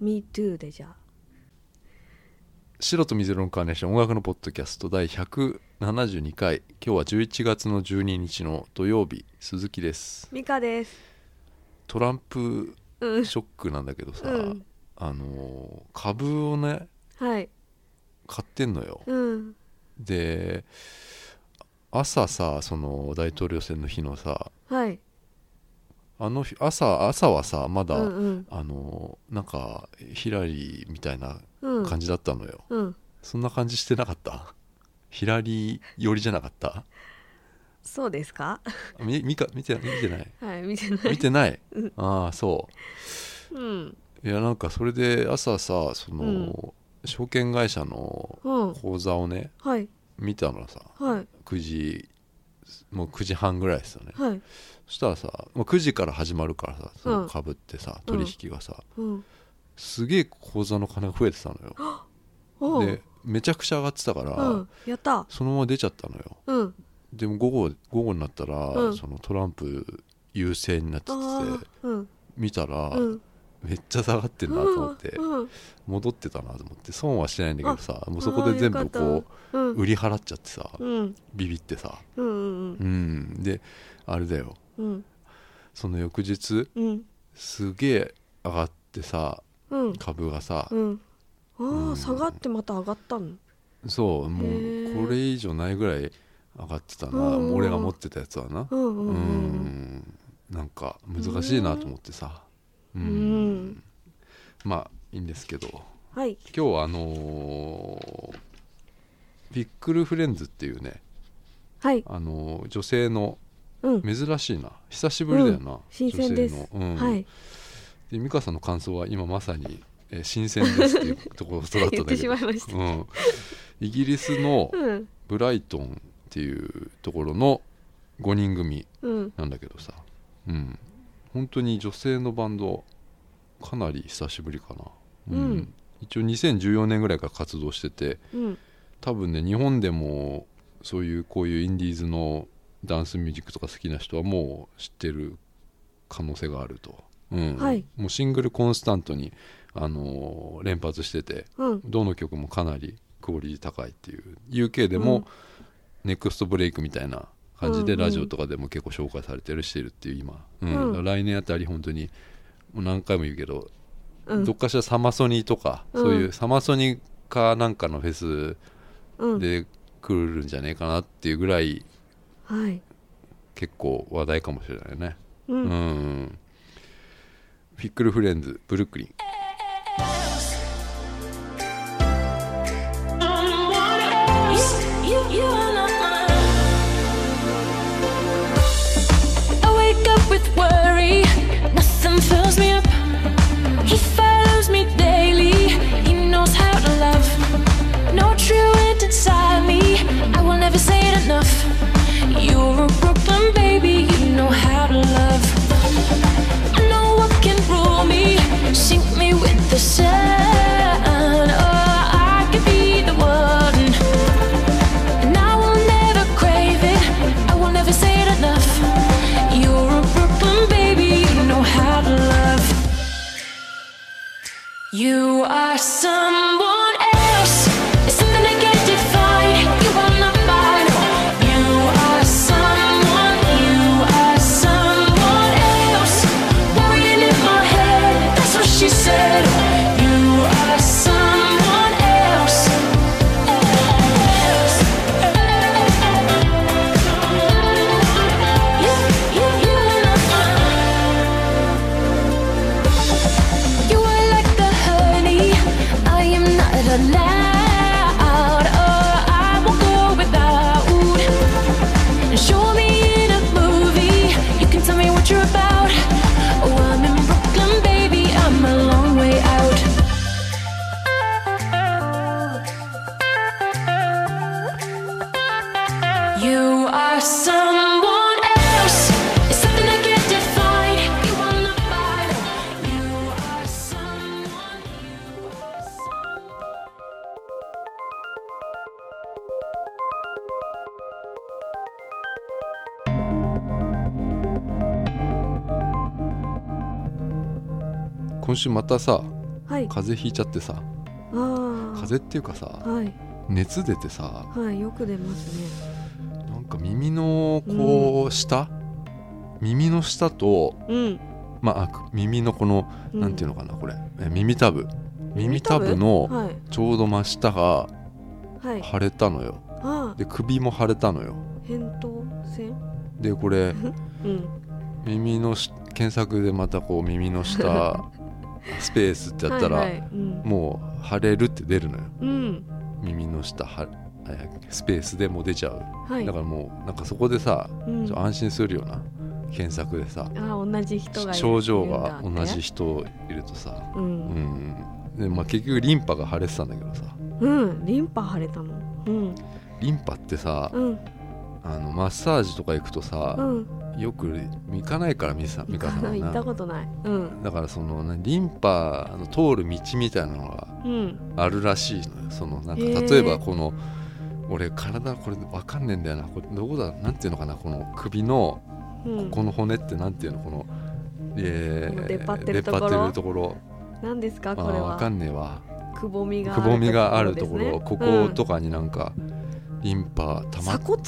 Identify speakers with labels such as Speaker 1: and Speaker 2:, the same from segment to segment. Speaker 1: Me too でじゃあ
Speaker 2: 白と水色のカーネーション音楽のポッドキャスト第172回今日は11月の12日の土曜日鈴木です
Speaker 1: ミカです
Speaker 2: トランプ
Speaker 1: うん
Speaker 2: ショックなんだけどさ、
Speaker 1: うん
Speaker 2: あのー株をね
Speaker 1: はい
Speaker 2: 買ってんのよ
Speaker 1: うん
Speaker 2: で朝さその大統領選の日のさ
Speaker 1: はい
Speaker 2: あの日朝朝はさま
Speaker 1: う
Speaker 2: だ、
Speaker 1: んうん
Speaker 2: あのーなんかヒラリーみたいな
Speaker 1: うん
Speaker 2: 感じだったのよ、
Speaker 1: うん
Speaker 2: そんな感じしてなかったヒラリー寄りじゃなかった
Speaker 1: そうですか
Speaker 2: み見か見て見てない
Speaker 1: はい見てない
Speaker 2: 見てない
Speaker 1: うん
Speaker 2: ああそ
Speaker 1: うん
Speaker 2: ういやなんかそれで朝さその、
Speaker 1: うん
Speaker 2: 証券会社の
Speaker 1: うん
Speaker 2: 口座をね
Speaker 1: はい
Speaker 2: 見たのさ
Speaker 1: はい
Speaker 2: 9時もう9時半ぐらいですよね
Speaker 1: はい
Speaker 2: そしたらさ、まあ、9時から始まるからさそ
Speaker 1: うん
Speaker 2: の株ってさ、
Speaker 1: うん
Speaker 2: 取引がさ
Speaker 1: うん
Speaker 2: すげえ口座の金増えてたの
Speaker 1: おう
Speaker 2: よでめちゃくちゃ上がってたから、
Speaker 1: うんやった
Speaker 2: そのまま出ちゃったのよ
Speaker 1: うん
Speaker 2: でも午後午後になったら、
Speaker 1: うん
Speaker 2: そのトランプ優勢になって
Speaker 1: あ
Speaker 2: て
Speaker 1: あうん
Speaker 2: 見たら、
Speaker 1: うん
Speaker 2: めっちゃ下がってんなと思って、
Speaker 1: うん
Speaker 2: 戻ってたなと思って損はしてないんだけどさもうそこで全部
Speaker 1: ああよ
Speaker 2: こ
Speaker 1: かったうん
Speaker 2: う売り払っちゃってさ、
Speaker 1: うん
Speaker 2: ビビってさ
Speaker 1: うんうん
Speaker 2: うんであれだよ
Speaker 1: うん
Speaker 2: その翌日
Speaker 1: うん
Speaker 2: すげえ上がってさ
Speaker 1: うん
Speaker 2: 株がさ、
Speaker 1: うんあ
Speaker 2: う
Speaker 1: あ
Speaker 2: ん
Speaker 1: 下がってまた上がったの
Speaker 2: そうも
Speaker 1: へ
Speaker 2: う
Speaker 1: ー
Speaker 2: これ以上ないぐらい上がってたな、
Speaker 1: うんうんうん
Speaker 2: 俺が持ってたやつはな
Speaker 1: う、んう
Speaker 2: うん
Speaker 1: うん
Speaker 2: なんか難しいなと思ってさうん
Speaker 1: うん
Speaker 2: まあいいんですけど
Speaker 1: はい
Speaker 2: 今日はあのーピックルフレンズっていうね
Speaker 1: はい
Speaker 2: あの女性の
Speaker 1: うん
Speaker 2: 珍しいな久しぶりだよな、
Speaker 1: 新鮮です
Speaker 2: 女性の、うん
Speaker 1: はい
Speaker 2: で美香さんの感想は今まさに、えー新鮮ですっていうところとだったんだけ
Speaker 1: 言
Speaker 2: ど
Speaker 1: ってしまいました
Speaker 2: うん、イギリスの
Speaker 1: うん
Speaker 2: ブライトンっていうところの5人組
Speaker 1: うん
Speaker 2: なんだけどさうん本当に女性のバンドかなり久しぶりかな、
Speaker 1: うん
Speaker 2: 一応2014年ぐらいから活動してて
Speaker 1: うん
Speaker 2: 多分ね日本でもそういうこういうインディーズのダンスミュージックとか好きな人はもう知ってる可能性があると、うん
Speaker 1: はい
Speaker 2: もうシングルコンスタントに、あのー連発してて
Speaker 1: うん
Speaker 2: どの曲もかなりクオリティ高いっていう UK でも、
Speaker 1: うん
Speaker 2: ネクストブレイクみたいな感じで、
Speaker 1: うんうん
Speaker 2: ラジオとかでも結構紹介されてるしてるっていう今、うん
Speaker 1: うん
Speaker 2: だから来年あたり本当にもう何回も言うけど、
Speaker 1: うん
Speaker 2: どっかしらサマソニーとか、
Speaker 1: うん
Speaker 2: そういうサマソニーかなんかのフェス
Speaker 1: うん
Speaker 2: で来るんじゃねえかなっていうぐらい
Speaker 1: はい
Speaker 2: 結構話題かもしれないね
Speaker 1: う
Speaker 2: うん、
Speaker 1: ん
Speaker 2: フィックルフレンズブルックリン
Speaker 3: I wake up with worry, nothing fills me up. He follows me daily, he knows how to love. No truant inside me, I will never say it enough. You're a Brooklyn baby, you know how to love. No one can rule me, sink me with the sun. Oh, I could be the one. And I will never crave it. I will never say it enough. You're a Brooklyn baby. You know how to love. You are someone else. It's something I can't define. You are not mine. You are someone. You are someone else. Worrying in my head. That's what she said. You are someone else. else. You are like the honey, I am not allowed. Oh, I will go without. And show me in a movie, you can tell me what you're about. Oh, I'm in Brooklyn, baby, I'm a long way out. Oh, You are someone else. It's something I can't define. You are not mine. You are someone. You are someone.
Speaker 2: 今週またさ
Speaker 1: はい
Speaker 2: 風邪ひいちゃってさ
Speaker 1: ああ
Speaker 2: 風邪っていうかさ
Speaker 1: はい
Speaker 2: 熱出てさ
Speaker 1: はいよく出ますね
Speaker 2: なんか耳のこう下、耳の下と、
Speaker 1: うん
Speaker 2: まああく、耳のこの、
Speaker 1: うん
Speaker 2: なんていうのかなこれえ耳たぶ耳たぶ
Speaker 1: 耳たぶ
Speaker 2: の
Speaker 1: はい
Speaker 2: ちょうど真下が
Speaker 1: はい
Speaker 2: 腫れたのよ
Speaker 1: ああ
Speaker 2: で首も腫れたのよ
Speaker 1: 扁桃腺
Speaker 2: でこれ
Speaker 1: うん
Speaker 2: 耳のし検索でまたこう耳の下 スペースってやったら、
Speaker 1: はいはいうん
Speaker 2: もう腫れるって出るのよ
Speaker 1: うん
Speaker 2: 耳の下はえスペースでもう出ちゃう、
Speaker 1: はい
Speaker 2: だからもうなんかそこでさ、
Speaker 1: うん
Speaker 2: ちょっと安心するような検索でさ
Speaker 1: ああ同じ人がいる
Speaker 2: 症状が
Speaker 1: いるんだ
Speaker 2: 同
Speaker 1: って
Speaker 2: じ人いるとさ、
Speaker 1: う、
Speaker 2: うんんでまあ、結局リンパが腫れてたんだけどさ
Speaker 1: うん、リンパ腫れたのうん
Speaker 2: リンパってさ、
Speaker 1: うん
Speaker 2: あのマッサージとか行くと
Speaker 1: う
Speaker 2: さ、
Speaker 1: ん
Speaker 2: よく行かないからミサミカさん は
Speaker 1: 行っ
Speaker 2: な
Speaker 1: たことないうん
Speaker 2: だからそのねリンパの通る道みたいなのが
Speaker 1: うん
Speaker 2: あるらしいのよそのなんか
Speaker 1: へー
Speaker 2: 例えばこの、俺体これわかんねえんだよなこれどこだなんていうのかなこの首の
Speaker 1: う
Speaker 2: こ
Speaker 1: ん
Speaker 2: この骨ってなんていうのこの、え
Speaker 1: こ
Speaker 2: ー
Speaker 1: の出っ張ってるとこ
Speaker 2: 出
Speaker 1: ろ
Speaker 2: っ張ってるところ
Speaker 1: 何ですか
Speaker 2: あ
Speaker 1: これ
Speaker 2: ーわか
Speaker 1: は
Speaker 2: んねえわ
Speaker 1: くぼみが
Speaker 2: くぼみがあるところ
Speaker 1: ですね
Speaker 2: こ
Speaker 1: う
Speaker 2: こ
Speaker 1: ん
Speaker 2: とかになんか、リンパたま
Speaker 1: 鎖骨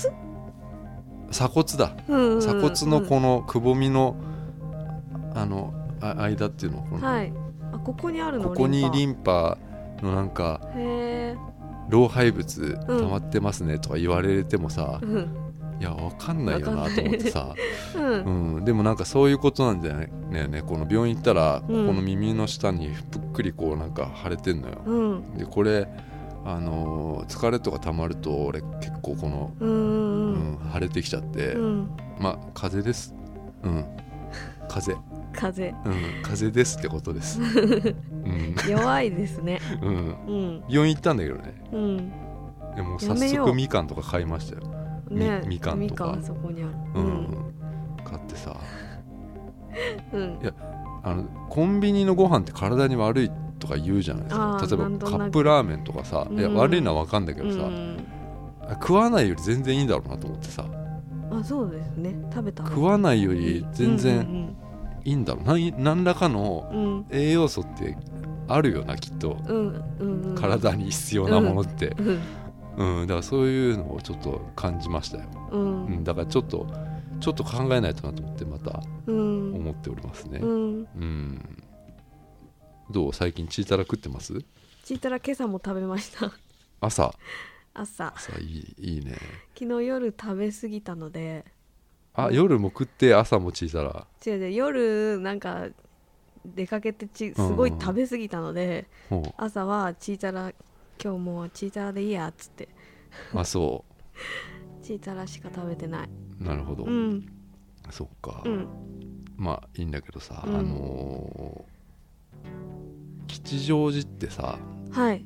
Speaker 2: 鎖骨だ
Speaker 1: うんうん
Speaker 2: 鎖骨のこのくぼみのあのあ間っていうのこ
Speaker 1: うん
Speaker 2: の、
Speaker 1: はいあここにあるの
Speaker 2: ここにリ
Speaker 1: ン
Speaker 2: ンパのなんか
Speaker 1: パへえ
Speaker 2: 老廃物溜まってますねとか言われてもさ
Speaker 1: う、ん
Speaker 2: いやわかんないよ
Speaker 1: わ
Speaker 2: な
Speaker 1: かん
Speaker 2: と
Speaker 1: ない
Speaker 2: 思ってさ、
Speaker 1: うん
Speaker 2: うん、でもなんかそういうことなんじゃないねえねこの病院行ったら、
Speaker 1: うん
Speaker 2: ここの耳の下にぷっくりこうなんか腫れてんのよ
Speaker 1: うん
Speaker 2: でこれあのー疲れとか溜まると俺結構この、
Speaker 1: う
Speaker 2: うん
Speaker 1: ん
Speaker 2: 腫れてきちゃって、
Speaker 1: うん
Speaker 2: まあ風邪ですうん風邪、
Speaker 1: 風
Speaker 2: うん、風邪ですってことで すうん、
Speaker 1: 弱いですね
Speaker 2: うん、
Speaker 1: うん
Speaker 2: 病院行ったんだけどね
Speaker 1: うん
Speaker 2: でもう
Speaker 1: や
Speaker 2: 早
Speaker 1: めよう
Speaker 2: 速みかんとか買いましたよ
Speaker 1: ね
Speaker 2: みみかんとか
Speaker 1: みかんそこにある
Speaker 2: うん、買ってさ
Speaker 1: うん
Speaker 2: あのコンビニのご飯って体に悪いとか言うじゃないです
Speaker 1: あ
Speaker 2: か
Speaker 1: ー
Speaker 2: 例えば
Speaker 1: なんとな
Speaker 2: カ
Speaker 1: く
Speaker 2: ップラーメンとかさ、いや
Speaker 1: うん
Speaker 2: 悪いのは分かんだけどさ、
Speaker 1: うん
Speaker 2: 食わないより全然いいんだろうなと思ってさ
Speaker 1: あそうですね食べた
Speaker 2: 食わないより全然
Speaker 1: 然
Speaker 2: いいんだろう、なん何らかの
Speaker 1: うん
Speaker 2: 栄養素ってあるよなきっと、
Speaker 1: うんうんうん
Speaker 2: 体に必要なものって、
Speaker 1: うん
Speaker 2: うんだからそういうのをちょっと感じましたよ、
Speaker 1: う
Speaker 2: うん
Speaker 1: ん
Speaker 2: だからちょっとちょっと考えないとなと思ってまた
Speaker 1: うん
Speaker 2: 思っておりますね、
Speaker 1: うん
Speaker 2: うんどう最近チータラ食ってます
Speaker 1: チータラ今朝も食べました
Speaker 2: 朝
Speaker 1: 朝
Speaker 2: 朝いいいいね
Speaker 1: 昨日夜食べ過ぎたので
Speaker 2: あ、
Speaker 1: うん
Speaker 2: 夜も食って朝もチータラ
Speaker 1: 違う違う夜なんか出かけてちすごい食べ過ぎたので、
Speaker 2: ほ
Speaker 1: 朝はチータラ今日もうチータラでいいやっつって
Speaker 2: うあそ
Speaker 1: チータラしか食べてないう
Speaker 2: なるほど、
Speaker 1: うん
Speaker 2: そっか、
Speaker 1: うん
Speaker 2: まあいいんだけどさ、
Speaker 1: うん
Speaker 2: あのー吉祥寺ってさ
Speaker 1: はい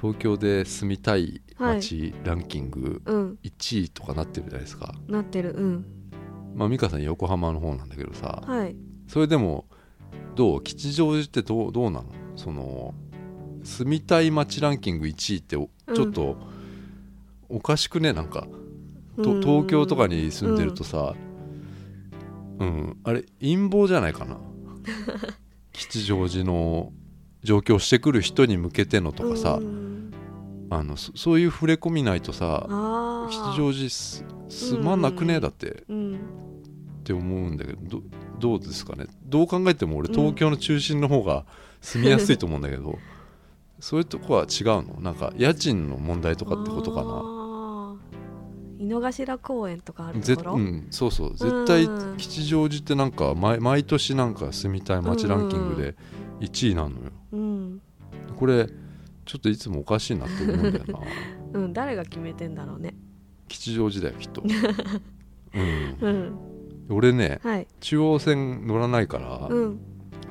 Speaker 2: 東京で住みたい街ランキング
Speaker 1: うん
Speaker 2: 1位とかなってるじゃないですか、
Speaker 1: なってるうん
Speaker 2: まあ美香さん横浜の方なんだけどさ
Speaker 1: はい
Speaker 2: それでもどう吉祥寺ってどうどうなのその住みたい街ランキング1位ってお
Speaker 1: うん
Speaker 2: ちょっと、おかしくねなんかと
Speaker 1: うん
Speaker 2: 東京とかに住んでるとさうん、あれ陰謀じゃないかな 吉祥寺の上京してくる人に向けてのとかさ、
Speaker 1: うん
Speaker 2: あのそそういう触れ込みないとさ
Speaker 1: あ
Speaker 2: 吉
Speaker 1: あ
Speaker 2: 祥寺す住まなくねえだって、
Speaker 1: うん
Speaker 2: って思うんだけどどどうですかねどう考えても俺東京の中心の方が住みやすいと思うんだ けど、そういうとこは違うのなんか家賃の問題とかってことかな
Speaker 1: な井の頭公園とかある
Speaker 2: ぜ
Speaker 1: ところ、
Speaker 2: うん、そうそう絶対
Speaker 1: うん
Speaker 2: 吉祥寺ってなんか毎毎年なんか住みたい街ランキングで1位なのよ、
Speaker 1: うん
Speaker 2: これちょっといつもおかしいなって思うんだよ な
Speaker 1: うん、誰が決めてんだろうね
Speaker 2: 吉祥寺だよきっ と、うん、
Speaker 1: うん
Speaker 2: 俺ね
Speaker 1: はい
Speaker 2: 中央線乗らないから、
Speaker 1: うん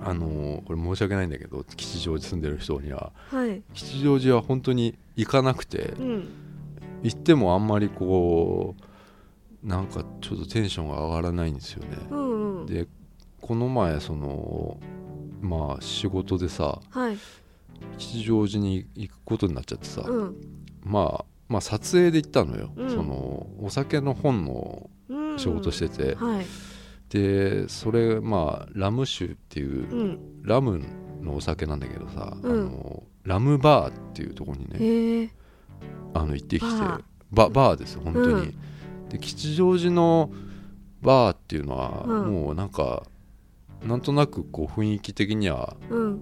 Speaker 2: あのーこれ申し訳ないんだけど吉祥寺住んでる人には
Speaker 1: はい
Speaker 2: 吉祥寺は本当に行かなくて
Speaker 1: うん
Speaker 2: 行ってもあんまりこうなんかちょっとテンションが上がらないんですよね
Speaker 1: う。んうん
Speaker 2: でこの前そのまあ仕事でさ
Speaker 1: はい
Speaker 2: 吉祥寺に行くことになっちゃってさ、
Speaker 1: うん
Speaker 2: まあまあ撮影で行ったのよ、
Speaker 1: うん
Speaker 2: そのお酒の本の
Speaker 1: うん
Speaker 2: 仕事してて、
Speaker 1: はい
Speaker 2: でそれまあラム酒っていうう、
Speaker 1: ん
Speaker 2: ラムのお酒なんだけどさ、
Speaker 1: うん
Speaker 2: あのラムバーっていうところにね
Speaker 1: へえ
Speaker 2: あの行ってきて
Speaker 1: バー
Speaker 2: ババーですよ本当に、
Speaker 1: う
Speaker 2: で吉祥寺のバーっていうのは、
Speaker 1: うん
Speaker 2: もうなんかなんとなくこう雰囲気的には
Speaker 1: うん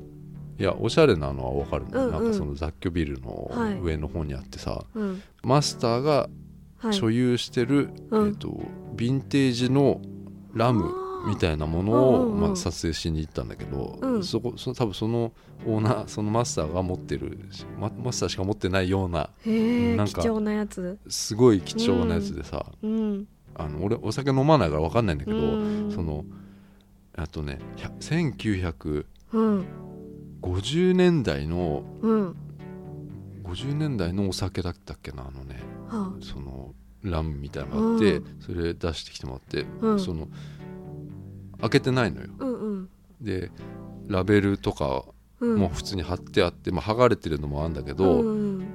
Speaker 2: いやおしゃれなのはわかるの、
Speaker 1: うんうん
Speaker 2: なんかその雑居ビルの
Speaker 1: はい
Speaker 2: 上の方にあってさ、
Speaker 1: うん
Speaker 2: マスターが
Speaker 1: はい
Speaker 2: 所有してる、
Speaker 1: うん
Speaker 2: えっとヴィンテージのラムみたいなものを、
Speaker 1: うんうんうん
Speaker 2: まあ、撮影しに行ったんだけど、
Speaker 1: うん
Speaker 2: そこそ多分そのオーナーそのマスターが持ってるママスターしか持ってないような
Speaker 1: へえ
Speaker 2: なん
Speaker 1: 貴
Speaker 2: か
Speaker 1: 重なやつ
Speaker 2: すごい貴重なやつでさ、
Speaker 1: うん
Speaker 2: あの俺お酒飲まないから分かんないんだけど、
Speaker 1: うん
Speaker 2: そのあとね1950
Speaker 1: うん
Speaker 2: 年代の
Speaker 1: うん
Speaker 2: 50年代のお酒だったっけなあのね
Speaker 1: は
Speaker 2: そのラムみたいなのがあって、
Speaker 1: う
Speaker 2: それ出してきてもらって、
Speaker 1: あうん
Speaker 2: その開けてないのよ
Speaker 1: うんうん
Speaker 2: でラベルとか
Speaker 1: うん
Speaker 2: も普通に貼ってあって、まあ、剥がれてるのもあるんだけど、
Speaker 1: うん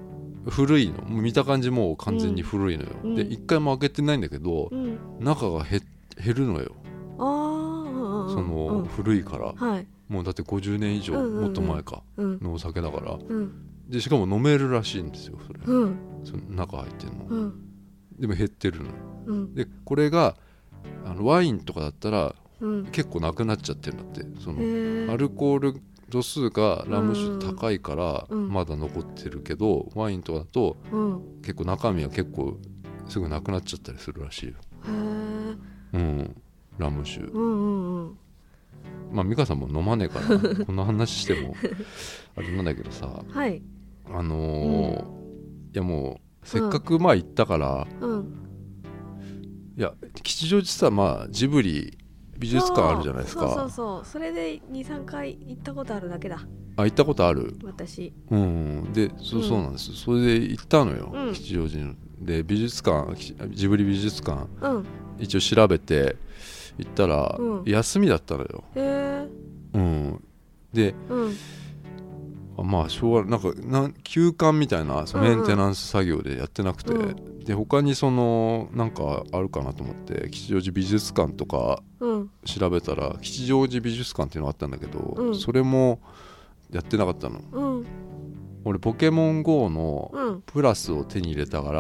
Speaker 2: 古いのもう見た感じもう完全に古いのよ、
Speaker 1: うん
Speaker 2: で一回も開けてないんだけど
Speaker 1: う、んうん
Speaker 2: 中が減減るのよ、
Speaker 1: ああ
Speaker 2: その、
Speaker 1: うん
Speaker 2: 古いから、
Speaker 1: はい
Speaker 2: もうだって50年以上、
Speaker 1: うんうんうん
Speaker 2: もっと前か
Speaker 1: うん
Speaker 2: のお酒だから
Speaker 1: うん
Speaker 2: でしかも飲めるらしいんですよそれ、
Speaker 1: うん
Speaker 2: その中入ってるの、
Speaker 1: うん
Speaker 2: でも減ってるの
Speaker 1: うん
Speaker 2: でこれがあのワインとかだったら
Speaker 1: うんへ
Speaker 2: 結構なくなっちゃってるんだってその
Speaker 1: え
Speaker 2: アルコール度数がラム酒高いから
Speaker 1: うん
Speaker 2: まだ残ってるけど、ワインとかだと
Speaker 1: うん
Speaker 2: 結構中身は結構すぐなくなっちゃったりするらしいよ、
Speaker 1: へえ
Speaker 2: うん、ラム酒
Speaker 1: うんうんうん
Speaker 2: まあ美香さんも飲まねえからなこの話し てもあれなんだけどさ
Speaker 1: はい
Speaker 2: あのーいやもうせっかくまあ行ったから、
Speaker 1: うん
Speaker 2: いや吉祥寺さまあジブリ美術館あるじゃないです
Speaker 1: そ
Speaker 2: か
Speaker 1: うそうそうそれで二三回行ったことあるだけだ
Speaker 2: あ行ったことある
Speaker 1: 私
Speaker 2: うん、でそ,、う
Speaker 1: うん
Speaker 2: そうなんですそれで行ったのよ、
Speaker 1: うん
Speaker 2: 吉祥寺ので美術館きジブリ美術館
Speaker 1: うん
Speaker 2: 一応調べて行ったら、
Speaker 1: うん
Speaker 2: 休みだったのよ、
Speaker 1: へえ
Speaker 2: うん、で
Speaker 1: うん
Speaker 2: あまあ昭和なんかなん休館みたいなその
Speaker 1: うん
Speaker 2: メ
Speaker 1: うん
Speaker 2: ンテナンス作業でやってなくて、
Speaker 1: う
Speaker 2: で他にそのなんかあるかなと思って吉祥寺美術館とか
Speaker 1: うん
Speaker 2: 調べたら吉祥寺美術館っていうのがあったんだけど、
Speaker 1: うん
Speaker 2: それもやってなかったの
Speaker 1: うん
Speaker 2: 俺ポケモン GO の
Speaker 1: うん
Speaker 2: プラスを手に入れたか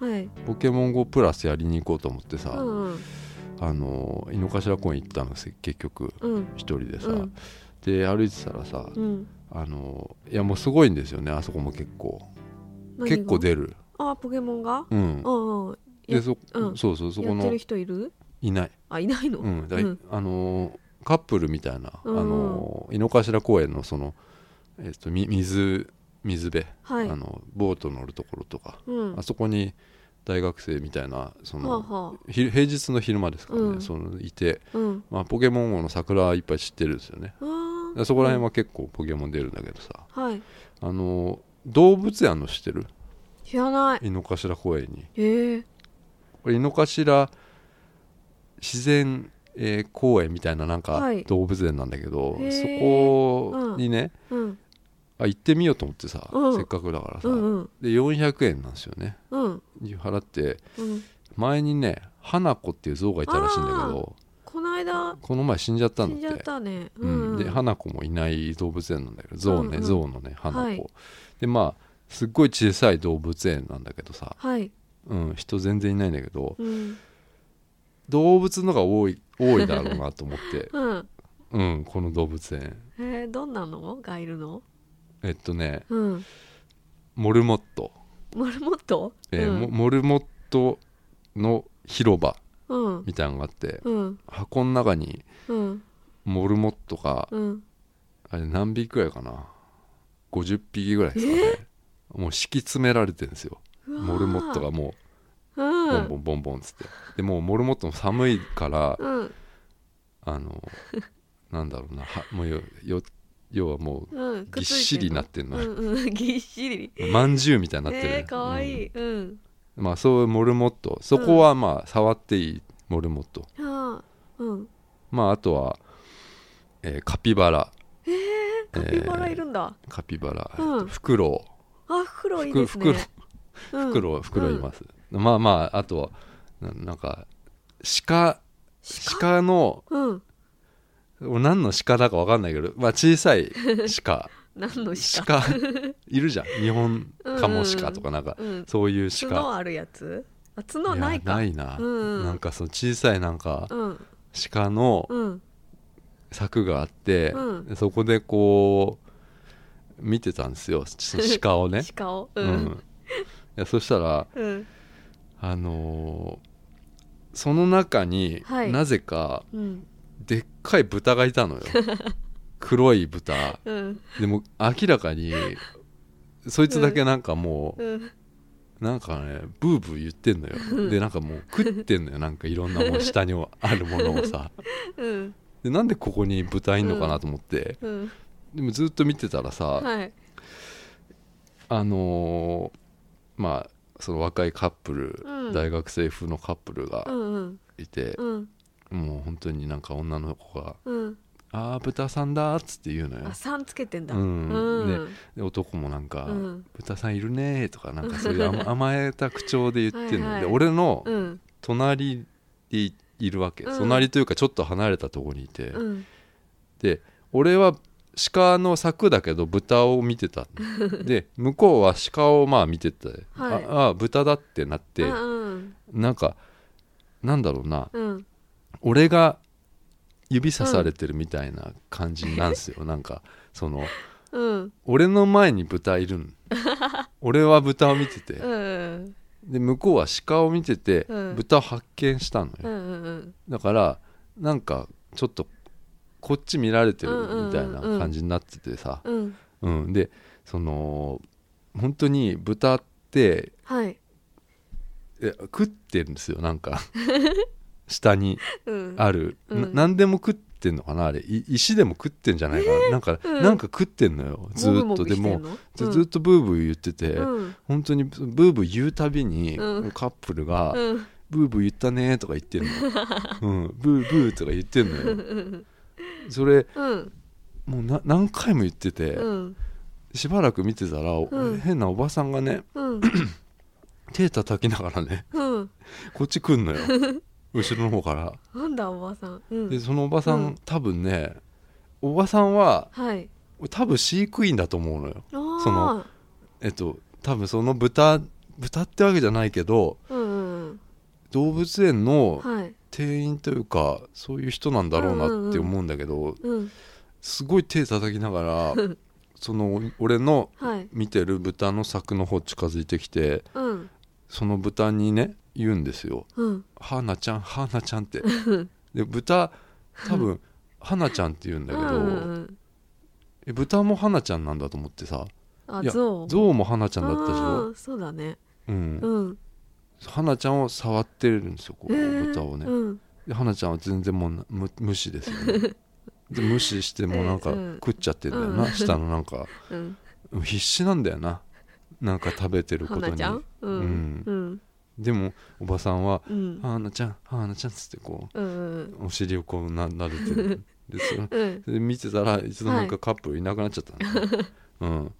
Speaker 2: ら
Speaker 1: はい
Speaker 2: ポケモン GO プラスやりに行こうと思ってさ、
Speaker 1: うんうん
Speaker 2: あの井の頭公園行ったのせ結局
Speaker 1: うん
Speaker 2: 一人でさ、
Speaker 1: うん
Speaker 2: で歩いてたらさ、
Speaker 1: うん
Speaker 2: あのいやもうすごいんですよねあそこも結構
Speaker 1: 何が
Speaker 2: 結構出る
Speaker 1: あポケモンが
Speaker 2: うん
Speaker 1: うんうん
Speaker 2: でそ,、
Speaker 1: うん
Speaker 2: そうそうそこ
Speaker 1: やって
Speaker 2: の
Speaker 1: る人いる
Speaker 2: いない、
Speaker 1: あいないの
Speaker 2: うんだい
Speaker 1: うん
Speaker 2: あのカップルみたいな、
Speaker 1: うん
Speaker 2: あの井の頭公園のその、えっとみ水水辺、
Speaker 1: はい
Speaker 2: あのボート乗るところとか、
Speaker 1: うん
Speaker 2: あそこに大学生みたいなそ
Speaker 1: はあ
Speaker 2: の、
Speaker 1: は
Speaker 2: ひ平日の昼間ですからね、
Speaker 1: うん
Speaker 2: そのいて、
Speaker 1: あうん
Speaker 2: まあ、ポケモン王の桜はいっぱい知ってるんですよね
Speaker 1: あー
Speaker 2: でそこら辺は結構ポケモン出るんだけどさ
Speaker 1: はい
Speaker 2: あの動物園の知ってる
Speaker 1: 知らない
Speaker 2: 井の頭公園に
Speaker 1: へえ
Speaker 2: これ井の頭自然、えー公園みたいななんか
Speaker 1: はい
Speaker 2: 動物園なんだけど、
Speaker 1: へー
Speaker 2: そこにね、
Speaker 1: うん
Speaker 2: あ行ってみようと思ってさ、
Speaker 1: うん
Speaker 2: せっかくだからさ、
Speaker 1: うんうん
Speaker 2: で400円なんですよね
Speaker 1: うん
Speaker 2: 払って
Speaker 1: うん
Speaker 2: 前にね花子っていう象がいたらしいんだけど
Speaker 1: この間
Speaker 2: この前死んじゃったんだ
Speaker 1: 死
Speaker 2: っ
Speaker 1: ん
Speaker 2: て
Speaker 1: じゃったねう
Speaker 2: うん
Speaker 1: ん
Speaker 2: で花子もいない動物園なんだけど象
Speaker 1: うん
Speaker 2: ね、
Speaker 1: うん
Speaker 2: 象のね花子、
Speaker 1: はい
Speaker 2: でまあすっごい小さい動物園なんだけどさ、
Speaker 1: はい
Speaker 2: うん、人全然いないんだけど
Speaker 1: うん、
Speaker 2: 動物のが多い多いだろうなと思って
Speaker 1: うん
Speaker 2: うん、この動物園
Speaker 1: えーどんなのがいるの
Speaker 2: えっとね
Speaker 1: うん
Speaker 2: モルモット、
Speaker 1: モルモット
Speaker 2: えー
Speaker 1: うん
Speaker 2: モモルモットの広場
Speaker 1: うん
Speaker 2: みたいなのがあって
Speaker 1: うん
Speaker 2: 箱の中に
Speaker 1: うん
Speaker 2: モルモットが
Speaker 1: うん
Speaker 2: あれ何匹くらいかな50匹ぐらいですかねもう敷き詰められてるんですよ
Speaker 1: うわー
Speaker 2: モルモットがもう
Speaker 1: う
Speaker 2: ボン
Speaker 1: ん
Speaker 2: ボンボンボンっつってでもうモルモットも寒いから
Speaker 1: うん
Speaker 2: あのなんだろうなはもうよよ要はも
Speaker 1: うん
Speaker 2: ぎっしりなってんの
Speaker 1: うんうんぎっしり
Speaker 2: うまんじゅうみたいになってる、
Speaker 1: えーかわい
Speaker 2: うん
Speaker 1: いうん
Speaker 2: まあそういうモルモットそこはまあ触っていいモルモット
Speaker 1: あーうん
Speaker 2: まああとは、えーカピバラ
Speaker 1: カピバラいるんだ
Speaker 2: カピバラ、
Speaker 1: うん
Speaker 2: えっとフクロ
Speaker 1: あフクロ
Speaker 2: ウ
Speaker 1: ウいい
Speaker 2: ふく
Speaker 1: ですねうん
Speaker 2: フクロウフクロウいます、まあまああとはななんか鹿
Speaker 1: 鹿
Speaker 2: 鹿の
Speaker 1: うん
Speaker 2: もう何の鹿だか分かんないけど、まあ、小 さい鹿
Speaker 1: 何の鹿
Speaker 2: 鹿いるじゃん日本カモシカとかなんか、
Speaker 1: うん
Speaker 2: そういう
Speaker 1: 角
Speaker 2: 鹿
Speaker 1: あるやつあ
Speaker 2: い
Speaker 1: 角
Speaker 2: や
Speaker 1: ないか
Speaker 2: ないな、
Speaker 1: うん
Speaker 2: なんかその小さいなんか
Speaker 1: うん
Speaker 2: 鹿の
Speaker 1: うん
Speaker 2: 柵があって、
Speaker 1: う
Speaker 2: そこでこう見てたんですよその鹿をね
Speaker 1: 鹿をう
Speaker 2: うんんいやそしたら
Speaker 1: うん
Speaker 2: あのーその中に、
Speaker 1: はい
Speaker 2: なぜか
Speaker 1: うん
Speaker 2: でっかい豚がいたのよ黒い豚
Speaker 1: うん
Speaker 2: でも明らかにそいつだけなんかもう、
Speaker 1: うん
Speaker 2: なんかねブーブー言ってんのよでなんかもう食ってんのよなんかいろんなもう下にあるものをさ
Speaker 1: うん
Speaker 2: でなんでここに豚いんのかなと思って、
Speaker 1: うん
Speaker 2: でもずっと見てたらさ、
Speaker 1: はい
Speaker 2: あのーまあその若いカップル、
Speaker 1: うん
Speaker 2: 大学生風のカップルが
Speaker 1: うんうん
Speaker 2: いて、
Speaker 1: うん
Speaker 2: もう本当になんか女の子が
Speaker 1: うん
Speaker 2: 「ああ豚さんだ」っつって言うのよ
Speaker 1: あ三つけてんだ
Speaker 2: うん
Speaker 1: うん
Speaker 2: で男もなんか「
Speaker 1: うん
Speaker 2: 豚さんいるね」とかなんかそうい う甘甘えた口調で言ってるの
Speaker 1: はいはい
Speaker 2: で俺の
Speaker 1: うん
Speaker 2: 隣にいるわけ、
Speaker 1: うん
Speaker 2: 隣というかちょっと離れたところにいて、
Speaker 1: うん
Speaker 2: で俺は鹿の柵だけど豚を見てた で向こうは鹿をまあ見てて、
Speaker 1: はい
Speaker 2: ああ豚だってなって、
Speaker 1: うん
Speaker 2: なんかなんだろうな
Speaker 1: うん
Speaker 2: 俺が指さされてるみたいな感じなんですよ、なんかその
Speaker 1: うん
Speaker 2: 俺の前に豚いる ん俺は豚を見てて、
Speaker 1: うん
Speaker 2: で向こうは鹿を見てて、
Speaker 1: うん
Speaker 2: 豚を発見したのよ、
Speaker 1: うんうん
Speaker 2: だからなんかちょっとこっち見られてるみたいな感じになっててさ、
Speaker 1: うんうん
Speaker 2: うんでその本当に豚って
Speaker 1: はい
Speaker 2: え食ってるんですよな んか下に
Speaker 1: うん
Speaker 2: ある、
Speaker 1: うん
Speaker 2: な何でも食ってんのかなあれい石でも食ってんじゃないかな、なんか、
Speaker 1: うん
Speaker 2: なんか食ってんのよずーっと
Speaker 1: もぐもぐ
Speaker 2: で
Speaker 1: して
Speaker 2: も
Speaker 1: んの
Speaker 2: ず
Speaker 1: うん
Speaker 2: ずっとブーブー言ってて、
Speaker 1: うん
Speaker 2: 本当にブーブー言うたびに、
Speaker 1: うん
Speaker 2: カップルが、
Speaker 1: うん
Speaker 2: ブーブー言ったね」とか言っ てんの、うん、ブーブーとか言ってんのよ
Speaker 1: うん
Speaker 2: それ
Speaker 1: うん
Speaker 2: もうな何回も言ってて、
Speaker 1: うん
Speaker 2: しばらく見てたら、
Speaker 1: ん
Speaker 2: 変なおばさんがね
Speaker 1: うん
Speaker 2: 手叩きながらね
Speaker 1: うん
Speaker 2: こっち来んの よ後ろの方から
Speaker 1: なんだおばさんうん
Speaker 2: でそのおばさん、
Speaker 1: うん
Speaker 2: 多分ねおばさんは
Speaker 1: はい
Speaker 2: 多分飼育員だと思うのよ
Speaker 1: あー
Speaker 2: そのえっと多分その豚豚ってわけじゃないけど
Speaker 1: うんうん
Speaker 2: 動物園
Speaker 1: うん
Speaker 2: の
Speaker 1: はい
Speaker 2: 店員というかそういう人なんだろうなって思うんだけど、
Speaker 1: うん
Speaker 2: すごい手叩きなが らその俺の
Speaker 1: はい
Speaker 2: 見てる豚の柵の方近づいてきて
Speaker 1: うん
Speaker 2: その豚にね言うんですよ
Speaker 1: うん
Speaker 2: 「花ちゃん花ちゃん」ってで豚多分花ちゃんって言うんだけ
Speaker 1: うんうん
Speaker 2: ど
Speaker 1: うん
Speaker 2: え豚も花ちゃんなんだと思ってさ
Speaker 1: あ
Speaker 2: いや
Speaker 1: ゾウ
Speaker 2: 象も花ちゃんだったでし
Speaker 1: あ
Speaker 2: ょ
Speaker 1: ーそうだね
Speaker 2: うん
Speaker 1: うん
Speaker 2: 花ちゃんを触ってるんですよこう
Speaker 1: えー
Speaker 2: 豚をね
Speaker 1: うん
Speaker 2: で花ちゃんは全然もうな無無視ですよねで無視してもなんか
Speaker 1: えーうん
Speaker 2: 食っちゃってんだよな
Speaker 1: うん
Speaker 2: 下のなんか
Speaker 1: うん
Speaker 2: 必死なんだよななんか食べてること
Speaker 1: 花
Speaker 2: に
Speaker 1: ちゃんうん
Speaker 2: うん
Speaker 1: うん
Speaker 2: でもおばさんは
Speaker 1: う
Speaker 2: 「
Speaker 1: ん
Speaker 2: はなちゃんはなちゃん」っつってこ
Speaker 1: うんうん
Speaker 2: うお尻をこうななでてるでそれ
Speaker 1: うん
Speaker 2: で見てたらいつの間にかカップルいなくなっちゃったんだよ、うん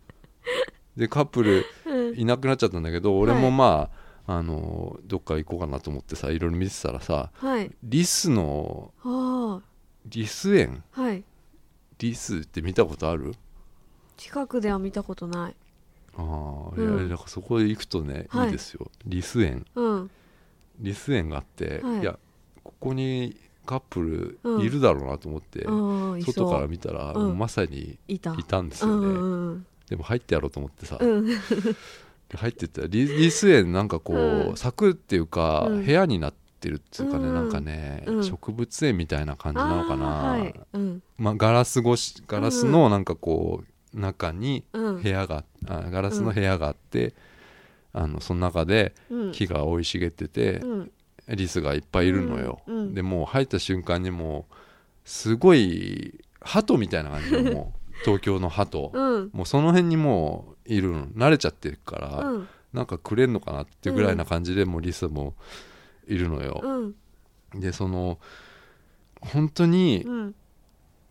Speaker 2: でカップル
Speaker 1: うん
Speaker 2: いなくなっちゃったんだけど俺もまあ、あのどっか行こうかなと思ってさいろいろ見てたらさ
Speaker 1: はい
Speaker 2: リスの
Speaker 1: あー
Speaker 2: リス園
Speaker 1: はい
Speaker 2: リスって見たことある
Speaker 1: 近くでは見たことない
Speaker 2: ああ、
Speaker 1: うん
Speaker 2: いやなんかそこへ行くとね、
Speaker 1: はい
Speaker 2: いいですよリス園
Speaker 1: うん
Speaker 2: リス園があって、
Speaker 1: はい
Speaker 2: い、やここにカップ
Speaker 1: うん
Speaker 2: ルいるだろうなと思って、
Speaker 1: うんい
Speaker 2: 外か
Speaker 1: そ
Speaker 2: ら
Speaker 1: う
Speaker 2: 見た
Speaker 1: う
Speaker 2: ら、
Speaker 1: ん
Speaker 2: もうまさに
Speaker 1: いた
Speaker 2: いたんです
Speaker 1: う
Speaker 2: よ
Speaker 1: ん
Speaker 2: ね、
Speaker 1: うん
Speaker 2: でも入ってやろうと思ってさ、
Speaker 1: うんうん
Speaker 2: で入ってったらリリス園なんかこう、
Speaker 1: うん
Speaker 2: 柵っていうか、
Speaker 1: うん
Speaker 2: 部屋になってるっていうかね、
Speaker 1: うん
Speaker 2: なんかね、
Speaker 1: うん
Speaker 2: 植物園みたいな感じなのかな、
Speaker 1: あーはいうん
Speaker 2: まあ、ガラス越しガラスのなんかこう中に
Speaker 1: うん
Speaker 2: 部屋が、あガラスの部屋があって、あのその中で
Speaker 1: うん
Speaker 2: 木が生い茂ってて、
Speaker 1: うん
Speaker 2: リスがいっぱいいるのよ、
Speaker 1: うんうん
Speaker 2: でもう入った瞬間にもうすごい鳩みたいな感じでも う東京の鳩、
Speaker 1: うん
Speaker 2: もうその辺にもういるの慣れちゃってるから、
Speaker 1: うん
Speaker 2: なんかくれんのかなっていうぐらいな感じでもうリスもいるのよ、
Speaker 1: うん
Speaker 2: でその本当に
Speaker 1: うん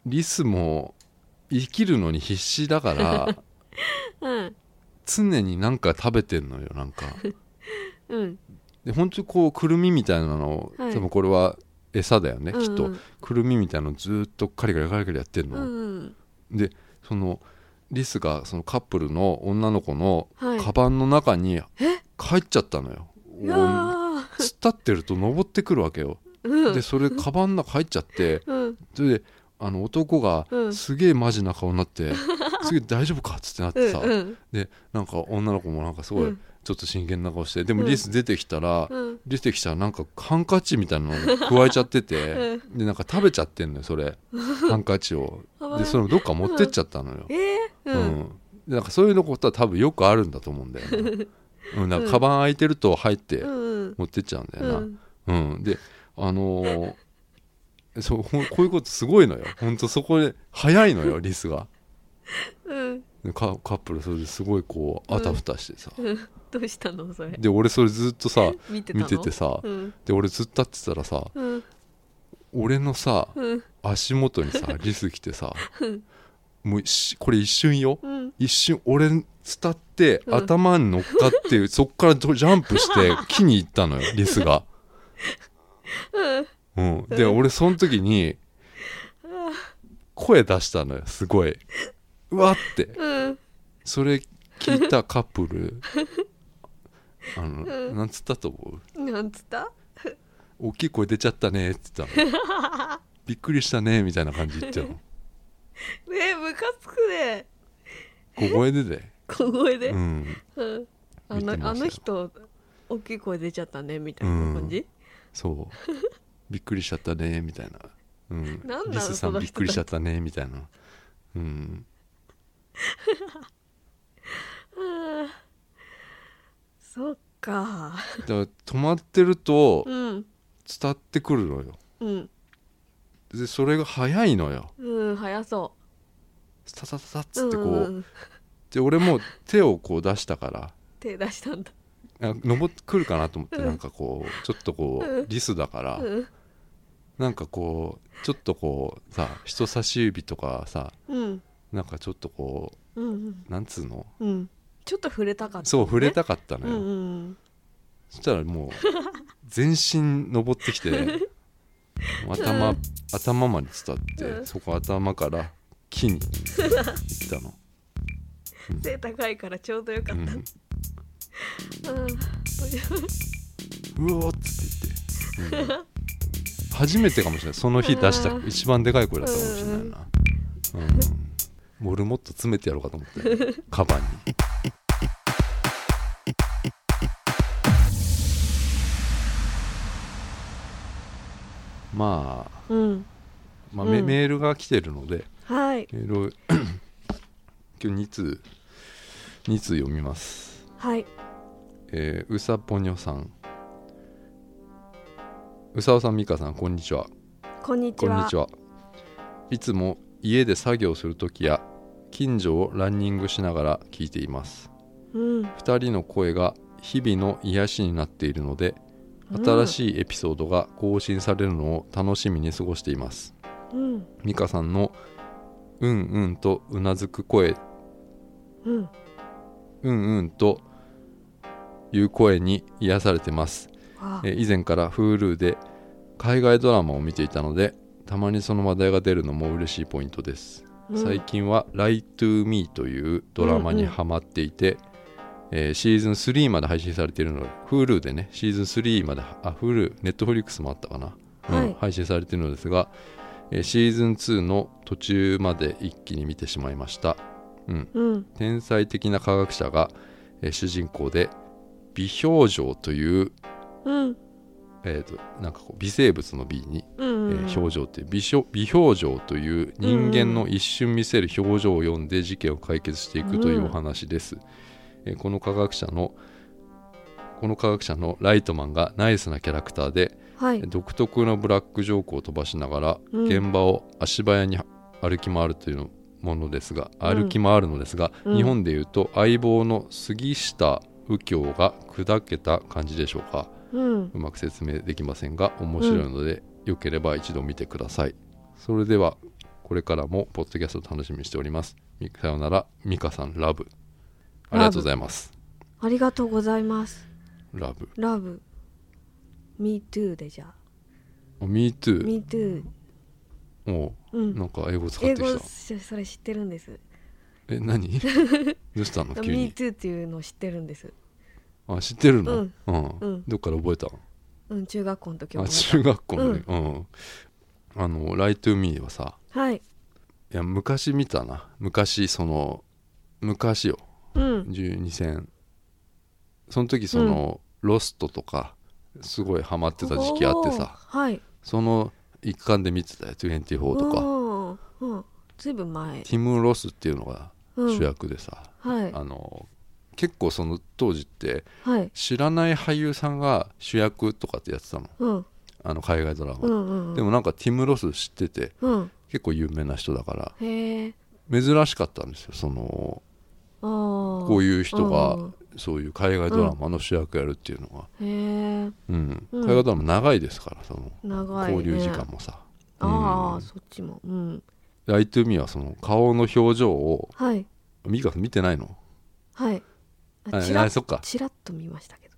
Speaker 2: リスも生きるのに必死だから
Speaker 1: うん
Speaker 2: 常になんか食べてんのよなんか
Speaker 1: うん
Speaker 2: で本当にこうくるみみたいなのを、
Speaker 1: はい
Speaker 2: 多分これは餌だよね、
Speaker 1: うんうん
Speaker 2: きっとくるみみたいなのずっとカリカリカリカリやってん
Speaker 1: う
Speaker 2: の、
Speaker 1: んうん
Speaker 2: でそのリスがそのカップルの女の子の
Speaker 1: はい
Speaker 2: カバンの中に帰っちゃったのよ、
Speaker 1: うわ
Speaker 2: 突っ立ってると登ってくるわけよ、
Speaker 1: ーうん
Speaker 2: でそれカバンの中入っちゃって
Speaker 1: うん
Speaker 2: それであの男が
Speaker 1: うん
Speaker 2: すげえマジな顔にな って、すげえ大丈夫かっつってなっ
Speaker 1: う
Speaker 2: て
Speaker 1: ん
Speaker 2: さ、
Speaker 1: うん
Speaker 2: でなんか女の子もなんかすご
Speaker 1: う
Speaker 2: い
Speaker 1: ん
Speaker 2: ちょっと真剣な顔してでも
Speaker 1: うん
Speaker 2: リス出てきたら、
Speaker 1: うん
Speaker 2: 出てきたらなんかハンカチみたいなのを加えちゃってて、でなんか食べちゃってんのよそ れハンカチを
Speaker 1: かわいい
Speaker 2: でそれもどっか持ってっちゃったのよ、
Speaker 1: えー
Speaker 2: う
Speaker 1: うんん
Speaker 2: でなんかそういうのことは多分よくあるんだと思うんだよ ね、うん、なんかカバン開いてると入って
Speaker 1: うん
Speaker 2: 持ってっちゃうんだ
Speaker 1: う
Speaker 2: よな、
Speaker 1: ん
Speaker 2: うん、であのー そうほんこういうことすごいのよほんとそこで早いのよリスが
Speaker 1: うん
Speaker 2: でカカップルそれですごいこう
Speaker 1: うん
Speaker 2: あたふたしてさ、
Speaker 1: うんどうしたのそれ
Speaker 2: で俺それずっとさ
Speaker 1: 見てたの
Speaker 2: 見ててさ、
Speaker 1: うん
Speaker 2: で俺ずっと立ってたらさ
Speaker 1: うん
Speaker 2: 俺のさ
Speaker 1: うん
Speaker 2: 足元にさリス来てさ
Speaker 1: うん
Speaker 2: もうしこれ一瞬よ
Speaker 1: うん
Speaker 2: 一瞬俺伝って
Speaker 1: うん
Speaker 2: 頭に乗っかって、 そっからジャンプして木に行ったのよ リスが。うん、で俺その時に声出したのよすごいうわって
Speaker 1: うん
Speaker 2: それ聞いたカップルあの、なんつったと思う
Speaker 1: なんつった
Speaker 2: 大きい声出ちゃったねって言ったの びっくりしたねみたいな感じ言ってたの
Speaker 1: えムカつくね
Speaker 2: 小声でで、
Speaker 1: 小声で
Speaker 2: うん、
Speaker 1: うんあ
Speaker 2: 見てまし
Speaker 1: の
Speaker 2: たよ
Speaker 1: あの人大きい声出ちゃったねみたいな感じ
Speaker 2: そう びっくりしちゃったねみたいな、うん
Speaker 1: な、んな
Speaker 2: リ
Speaker 1: の
Speaker 2: スさ
Speaker 1: そ
Speaker 2: ん
Speaker 1: の人たち
Speaker 2: びっくりしちゃったねみたいな、うん、
Speaker 1: そっか
Speaker 2: だから止まってると
Speaker 1: うん
Speaker 2: 伝ってくるのよ
Speaker 1: うん
Speaker 2: でそれが早いのよ
Speaker 1: うん早そ
Speaker 2: スタタタタッ
Speaker 1: う
Speaker 2: つってこう、
Speaker 1: うんうん
Speaker 2: で俺もう手をこう出したから
Speaker 1: 手出したんだ
Speaker 2: あ登ってくるかなと思って
Speaker 1: うん
Speaker 2: なんかこうちょっとこ
Speaker 1: う
Speaker 2: うんリスだから
Speaker 1: うん
Speaker 2: なんかこうちょっとこうさ人差し指とかさ
Speaker 1: うん
Speaker 2: なんかちょっとこ
Speaker 1: うんうん
Speaker 2: うなんつうの
Speaker 1: うんちょっと触れたかった
Speaker 2: そう触れたかったの
Speaker 1: うん
Speaker 2: よ、
Speaker 1: うん
Speaker 2: そしたらもう全身登ってきて もう頭、
Speaker 1: うん
Speaker 2: 頭まで伝って、
Speaker 1: うん
Speaker 2: そこ頭から木に行った の、
Speaker 1: 背高いからちょうどよか
Speaker 2: う
Speaker 1: っ
Speaker 2: ん、
Speaker 1: たうん
Speaker 2: うおーっつって言って、うん初めてかもしれないその日出した
Speaker 1: うん
Speaker 2: 一番でかい声だったかもしれないな、うん、モルモット詰めてやろうかと 思ってカバンにまあ
Speaker 1: うん
Speaker 2: まあメ
Speaker 1: うん
Speaker 2: メールが来てるので
Speaker 1: はい
Speaker 2: メールを 今日2通2通読みます
Speaker 1: はい
Speaker 2: えーうさぽにょさんうさおさんみかさんこんにちは
Speaker 1: こんにち
Speaker 2: こん
Speaker 1: は
Speaker 2: にちはいつも家で作業するときや近所をランニングしながら聞いています
Speaker 1: うん
Speaker 2: 2人の声が日々の癒しになっているので新しいエピソードが更新されるのを楽しみに過ごしています
Speaker 1: うん
Speaker 2: みかさんのうんうんとうなずく声
Speaker 1: うん
Speaker 2: うんうんという声に癒されてます
Speaker 1: わあ
Speaker 2: えー以前から Hulu で海外ドラマを見ていたのでたまにその話題が出るのも嬉しいポイントです、
Speaker 1: うん
Speaker 2: 最近は「Lie to Me」というドラマにハマっていて、えーシーズン3まで配信されているので Hulu でねシーズン3まであ Hulu ネットフリックスもあったかな、
Speaker 1: は
Speaker 2: うん
Speaker 1: い
Speaker 2: 配信されているのですが、えーシーズン2の途中まで一気に見てしまいました
Speaker 1: うん
Speaker 2: 天才的な科学者が、えー主人公で微表情という
Speaker 1: うん
Speaker 2: えー、となんかこう微生物の美に、
Speaker 1: う
Speaker 2: え
Speaker 1: ん
Speaker 2: ー表情っていう微表微表情という人間の一瞬見せる表情を読んで事件を解決していくというお話です、えーこの科学者のこの科学者のライトマンがナイスなキャラクターで
Speaker 1: はい
Speaker 2: 独特のブラックジョークを飛ばしながら
Speaker 1: うん
Speaker 2: 現場を足早に歩き回るというものですが
Speaker 1: うん
Speaker 2: 歩き回るのですが、
Speaker 1: うん
Speaker 2: 日本でいうと相棒の杉下右京が砕けた感じでしょうか、
Speaker 1: うん
Speaker 2: うまく説明できませんが面白いので、よければ一度見てくださいそれではこれからもポッドキャストを楽しみにしておりますみさよならみかさんラブありがとうございます
Speaker 1: ありがとうございます
Speaker 2: ラブ
Speaker 1: ラブ Me too でじゃあ
Speaker 2: Me too
Speaker 1: Me too
Speaker 2: も
Speaker 1: う
Speaker 2: うんなんか英語使っ
Speaker 1: 英
Speaker 2: てき
Speaker 1: 語
Speaker 2: た
Speaker 1: そそれ知ってるんです
Speaker 2: え何 どうした の急
Speaker 1: Me
Speaker 2: に
Speaker 1: too っていうの知ってるんです
Speaker 2: あ知ってるの、
Speaker 1: うんうん
Speaker 2: どっから覚えたの
Speaker 1: うん中学校の時
Speaker 2: あ
Speaker 1: 覚えた
Speaker 2: 中学校のねうん、あの「Lie to Me」はさ
Speaker 1: はい
Speaker 2: いや昔見たな昔その昔よ
Speaker 1: うん
Speaker 2: 12戦その時その、ロスト」とかすごいハマってた時期あってさ
Speaker 1: おーはい
Speaker 2: その一環で見てたよ24とか
Speaker 1: うんうんずいぶん前
Speaker 2: ティム・ロスっていうのが
Speaker 1: うん
Speaker 2: 主役でさ、
Speaker 1: はい
Speaker 2: あの結構その当時って
Speaker 1: はい
Speaker 2: 知らない俳優さんが主役とかってやってたの
Speaker 1: うん
Speaker 2: あの海外ドラ
Speaker 1: う
Speaker 2: マ、
Speaker 1: んうん
Speaker 2: でもなんかティム・ロス知ってて
Speaker 1: うん
Speaker 2: 結構有名な人だから
Speaker 1: へえ
Speaker 2: 珍しかったんですよその
Speaker 1: ああ
Speaker 2: こう
Speaker 1: う
Speaker 2: いう人
Speaker 1: う
Speaker 2: が
Speaker 1: ん
Speaker 2: そういう海外ドラマの主役やるっていうのが、
Speaker 1: へえ
Speaker 2: うん
Speaker 1: うん
Speaker 2: 海外ドラマ長いですからその
Speaker 1: 長いね
Speaker 2: 交流時間もさ「
Speaker 1: あ
Speaker 2: う
Speaker 1: あ
Speaker 2: ん
Speaker 1: そっちもうん
Speaker 2: ライトゥーミーはその顔の表情を
Speaker 1: はい
Speaker 2: 美香さん見てないの
Speaker 1: はいあ
Speaker 2: あ
Speaker 1: ちら
Speaker 2: あそっか
Speaker 1: ちらっと見ましたけど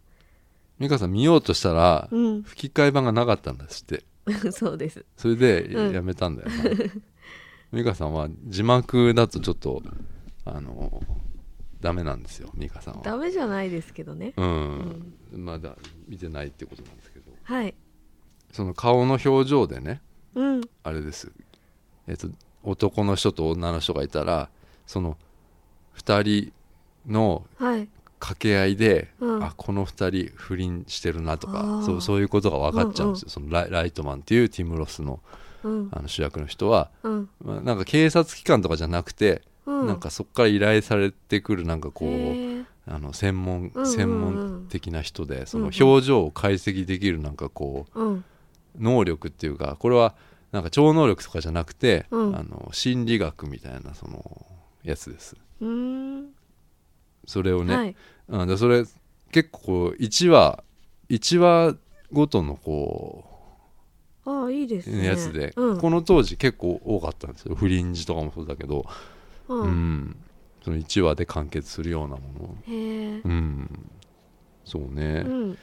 Speaker 2: 美香さん見ようとしたら
Speaker 1: うん
Speaker 2: 吹き替え版がなかったんですって
Speaker 1: そうです
Speaker 2: それで
Speaker 1: うん
Speaker 2: やめた んだよな、美香さんは字幕だとちょっとあのダメなんですよ美香さん
Speaker 1: ダ
Speaker 2: は
Speaker 1: メじゃないですけどね
Speaker 2: うん、まだ見てないってことなんですけど
Speaker 1: はい
Speaker 2: その顔の表情でね
Speaker 1: うん
Speaker 2: あれですえっと男の人と女の人がいたらその2人の
Speaker 1: はい
Speaker 2: 掛け合いで、
Speaker 1: うん
Speaker 2: あこの2人不倫してるなと
Speaker 1: あ
Speaker 2: か
Speaker 1: ー
Speaker 2: そうそういうことが分かっちゃうんですよ、そのライライトマンっていうティム・ロスの
Speaker 1: うん
Speaker 2: あの主役の人は、
Speaker 1: うん
Speaker 2: まあ、なんか警察機関とかじゃなくて、
Speaker 1: うん
Speaker 2: なんかそこから依頼されてくるなんかこう
Speaker 1: へえ
Speaker 2: あの専門
Speaker 1: うんうんうん
Speaker 2: 専門的な人でその
Speaker 1: うんうん
Speaker 2: 表情を解析できるなんかこ
Speaker 1: うん
Speaker 2: う能力っていうかこれはなんか超能力とかじゃなくて、
Speaker 1: うん
Speaker 2: あの心理学みたいなそのやつです。
Speaker 1: うーん
Speaker 2: それをね、
Speaker 1: はい
Speaker 2: うん、でそれ結構こう1話1話ごとのこ
Speaker 1: ああいいです
Speaker 2: う、
Speaker 1: ね
Speaker 2: やつで、
Speaker 1: うん
Speaker 2: この当時結構多かったんですよフリンジとかもそうだけど、
Speaker 1: う
Speaker 2: うん
Speaker 1: ん
Speaker 2: その1話で完結するようなもの
Speaker 1: へえ
Speaker 2: うんそうね、
Speaker 1: うん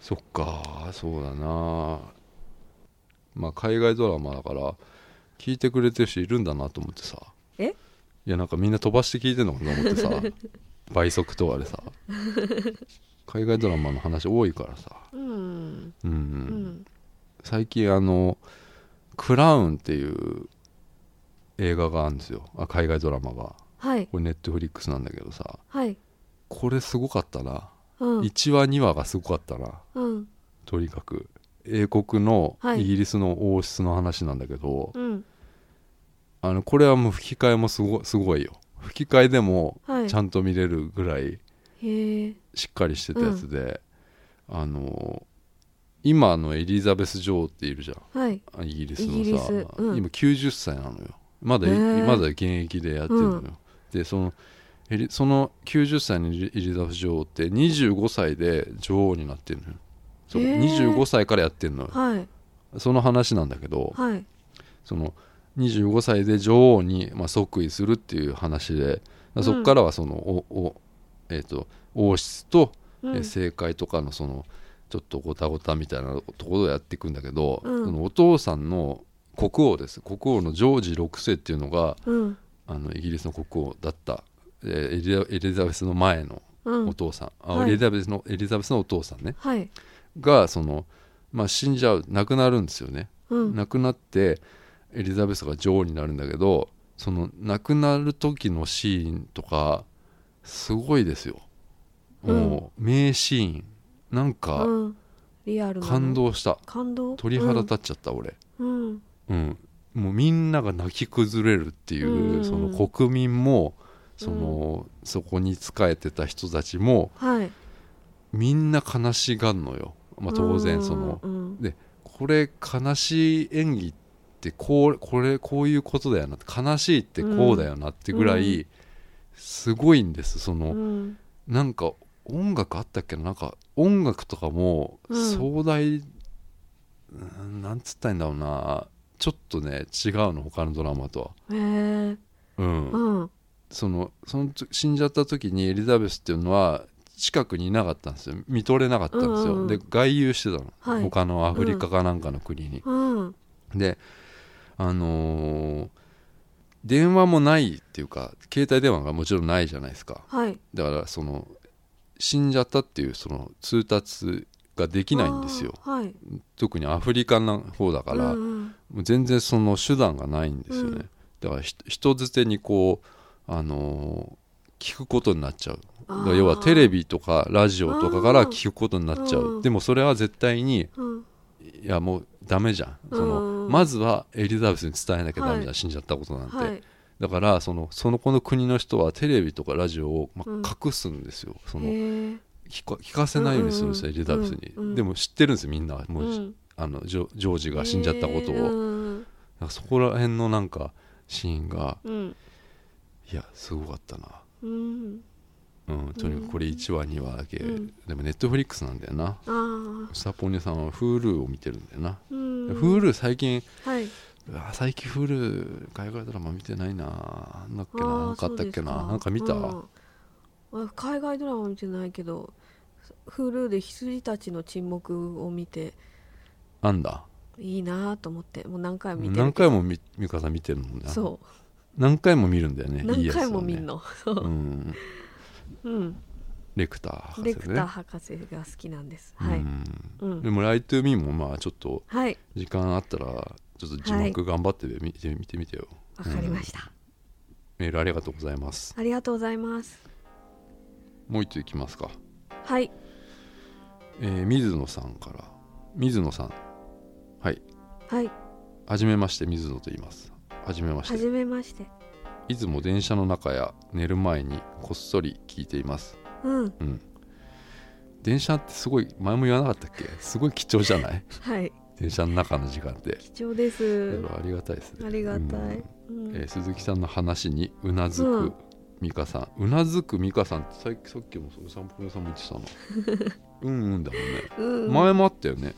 Speaker 2: そっかそうだなまあ海外ドラマだから聞いてくれてる人いるんだなと思ってさ
Speaker 1: え
Speaker 2: いやなんかみんな飛ばして聞いてんのかなと思ってさ 倍速とかでさ海外ドラマの話多いからさ
Speaker 1: うん
Speaker 2: うん、
Speaker 1: うん
Speaker 2: 最近あの「クラウン」っていう映画があるんですよあ海外ドラマが
Speaker 1: はい
Speaker 2: これネットフリックスなんだけどさ
Speaker 1: はい
Speaker 2: これすごかったな、
Speaker 1: うん
Speaker 2: 1話2話がすごかったな
Speaker 1: うん
Speaker 2: とにかく英国の
Speaker 1: はい
Speaker 2: イギリスの王室の話なんだけど、
Speaker 1: うん
Speaker 2: あのこれはもう吹き替えもすごすごいよ吹き替えでも
Speaker 1: はい
Speaker 2: ちゃんと見れるぐらい
Speaker 1: へえ
Speaker 2: しっかりしてたやつで、あの今のエリザベス女王っているじゃん
Speaker 1: はい
Speaker 2: あイギリス
Speaker 1: イギ
Speaker 2: の
Speaker 1: リ
Speaker 2: さ
Speaker 1: スうん
Speaker 2: 今90歳なのよまだい
Speaker 1: へー
Speaker 2: まだ現役でやってるの
Speaker 1: う
Speaker 2: よ、
Speaker 1: ん
Speaker 2: でそのエリその90歳のエリエリザベス女王って25歳で女王になってるのよそう
Speaker 1: へー
Speaker 2: 25歳からやってるのよ
Speaker 1: はい
Speaker 2: その話なんだけど
Speaker 1: はい
Speaker 2: その25歳で女王に、まあ、即位するっていう話で
Speaker 1: ん
Speaker 2: そこからはその、おおえー、と王室と、
Speaker 1: うん
Speaker 2: えー政界とかのそのちょっとごたごたみたいなところをやっていくんだけど、
Speaker 1: うん
Speaker 2: そのお父さんの国王です国王のジョージ6世っていうのが
Speaker 1: うん
Speaker 2: あのイギリスの国王だった、えーエリザエリザベスの前の
Speaker 1: う
Speaker 2: お
Speaker 1: ん
Speaker 2: 父さん、あ
Speaker 1: はい
Speaker 2: エリザベスのエリザベスのお父さんね
Speaker 1: はい
Speaker 2: がその、まあ、死んじゃう亡くなるんですよね。
Speaker 1: うん
Speaker 2: 亡くなってエリザベスが女王になるんだけどその亡くなる時のシーンとかすごいですよもう、名シーンなんか
Speaker 1: うんリアルなの
Speaker 2: 感動した、
Speaker 1: 感動
Speaker 2: 鳥肌立っちゃった、俺、
Speaker 1: うんうん
Speaker 2: うん、もうみんなが泣き崩れるっていう、
Speaker 1: うん
Speaker 2: その国民もその、そこに仕えてた人たちも
Speaker 1: はい
Speaker 2: みんな悲しがんのよ、まあ、当然その、
Speaker 1: うん
Speaker 2: これ悲しい演技ってこうこれこういうことだよなって悲しいってこうだよなってぐらいすごいんですそ
Speaker 1: う
Speaker 2: の、
Speaker 1: ん
Speaker 2: なんか音楽あったっけななんか音楽とかも
Speaker 1: うん
Speaker 2: 壮大、うんなんつったらいいんだろうなちょっとね違うの他のドラマとは。
Speaker 1: へえ
Speaker 2: うん
Speaker 1: うん
Speaker 2: そのその時死んじゃった時にエリザベスっていうのは近くにいなかったんですよ見とれなかったんですよ、
Speaker 1: うんうん
Speaker 2: で外遊してたの、
Speaker 1: はい
Speaker 2: 他のアフリカかなんかの国に、
Speaker 1: うん
Speaker 2: であのー電話もないっていうか携帯電話がもちろんないじゃないですか
Speaker 1: はい
Speaker 2: だからその死んじゃったっていうその通達ができないんですよ
Speaker 1: あーはい
Speaker 2: 特にアフリカの方だから、
Speaker 1: うんうん
Speaker 2: もう全然その手段がないんですよね、
Speaker 1: うん
Speaker 2: だからひ人づてにこう、あのー聞くことになっちゃう
Speaker 1: あ
Speaker 2: だ
Speaker 1: ー
Speaker 2: から要はテレビとかラジオとかから
Speaker 1: あー
Speaker 2: 聞くことになっちゃう、
Speaker 1: うん
Speaker 2: でもそれは絶対に
Speaker 1: うん
Speaker 2: いやもうダメじゃんその、
Speaker 1: うん
Speaker 2: まずはエリザベスに伝えなきゃダメじゃん、
Speaker 1: はい
Speaker 2: 死んじゃったことなんて、
Speaker 1: はい
Speaker 2: だからそのそのこの国の人はテレビとかラジオを、まあ
Speaker 1: うん
Speaker 2: 隠すんですよ、その
Speaker 1: へえ
Speaker 2: 聞か聞かせないようにするんですよ、
Speaker 1: うんうん
Speaker 2: エリザベスに、
Speaker 1: うんうん
Speaker 2: でも知ってるんですよみんなもう、
Speaker 1: うん
Speaker 2: あのジョジョージが死んじゃったことを、
Speaker 1: へえうん
Speaker 2: なんかそこら辺のなんかシーンが
Speaker 1: うん
Speaker 2: いやすごかったな、
Speaker 1: うん
Speaker 2: うん、とにかくこれ1話2話だけ、
Speaker 1: うん
Speaker 2: でもネットフリックスなんだよな
Speaker 1: あー
Speaker 2: サポニョさんは Hulu を見てるんだよな、
Speaker 1: うん
Speaker 2: Hulu 最近
Speaker 1: はいう
Speaker 2: わ最近 Hulu 海外ドラマ見てないななんだっけな
Speaker 1: あー
Speaker 2: なんかあった
Speaker 1: そう
Speaker 2: っけな
Speaker 1: です
Speaker 2: なんか見た、
Speaker 1: うんあ海外ドラマ見てないけど Hulu で羊たちの沈黙を見て
Speaker 2: あんだ
Speaker 1: いいなと思ってもう何回も見てるけど
Speaker 2: 何回もみ美香さん見てるもんな
Speaker 1: そ
Speaker 2: 何回も見るんだよね
Speaker 1: う何回も
Speaker 2: いい
Speaker 1: 見ん
Speaker 2: やつをね
Speaker 1: のそう
Speaker 2: うん
Speaker 1: うん
Speaker 2: レクター博士ね
Speaker 1: レクター博士が好きなんですは
Speaker 2: う
Speaker 1: い
Speaker 2: ん
Speaker 1: うん
Speaker 2: でも「ライトゥーミーもまあちょっと
Speaker 1: はい
Speaker 2: 時間あったらちょっと字幕頑張って見てみてみてよ、
Speaker 1: わかりました
Speaker 2: メールありがとうございます
Speaker 1: ありがとうございます
Speaker 2: もう一通いきますか、
Speaker 1: はい
Speaker 2: えー水野さんから水野さんはい
Speaker 1: はい
Speaker 2: はじめまして水野と言いますはじめまし
Speaker 1: は
Speaker 2: て
Speaker 1: じめまして
Speaker 2: いつも電車の中や寝る前にこっそり聞いています
Speaker 1: うん
Speaker 2: うん電車ってすごい前も言わなかったっけすごい貴重じゃない
Speaker 1: はい
Speaker 2: 電車の中の時間って
Speaker 1: 貴重で
Speaker 2: いろ
Speaker 1: す
Speaker 2: いろありがたいですね
Speaker 1: ありがた
Speaker 2: う
Speaker 1: い
Speaker 2: ん
Speaker 1: うん
Speaker 2: えー鈴木さんの話にうなずく美香さん、うなずく美香さんってさっきさっきもそのサンプルさんも言ってたの うんうんだもんね、
Speaker 1: うん
Speaker 2: 前もあったよね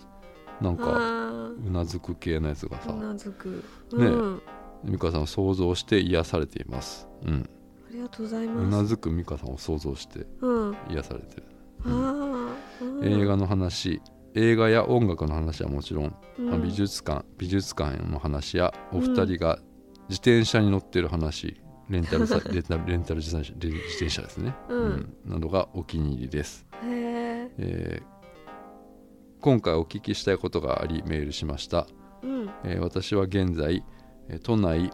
Speaker 2: なんか
Speaker 1: あ
Speaker 2: うなずく系のやつが
Speaker 1: ー
Speaker 2: さ
Speaker 1: うなずく
Speaker 2: ね
Speaker 1: うん
Speaker 2: 美香さんを想像して癒されていますうん
Speaker 1: ありがとうございうます
Speaker 2: なずく美香さんを想像して
Speaker 1: うん
Speaker 2: 癒されてる、
Speaker 1: あーうん
Speaker 2: 映画の話映画や音楽の話はもちろん、まあ美術館美術館の話やお二人が自転車に乗ってる話レンタルさ レンタルレンタル自転車レ自転車ですね、
Speaker 1: うん
Speaker 2: などがお気に入りです、
Speaker 1: うんへえ
Speaker 2: えー今回お聞きしたいことがありメールしました、
Speaker 1: うん
Speaker 2: えー私は現在えー都内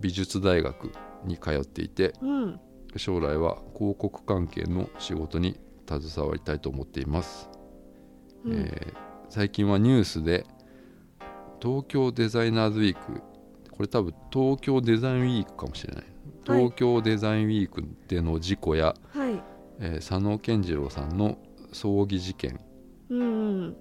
Speaker 2: 美術大学に通っていて
Speaker 1: うん
Speaker 2: 将来は広告関係の仕事に携わりたいと思っています、
Speaker 1: うん
Speaker 2: えー最近はニュースで東京デザイナーズウィークこれ多分東京デザインウィークかもしれない
Speaker 1: はい
Speaker 2: 東京デザインウィークでの事故や、
Speaker 1: はい
Speaker 2: えー佐野健次郎さんの葬儀事件、
Speaker 1: うんうん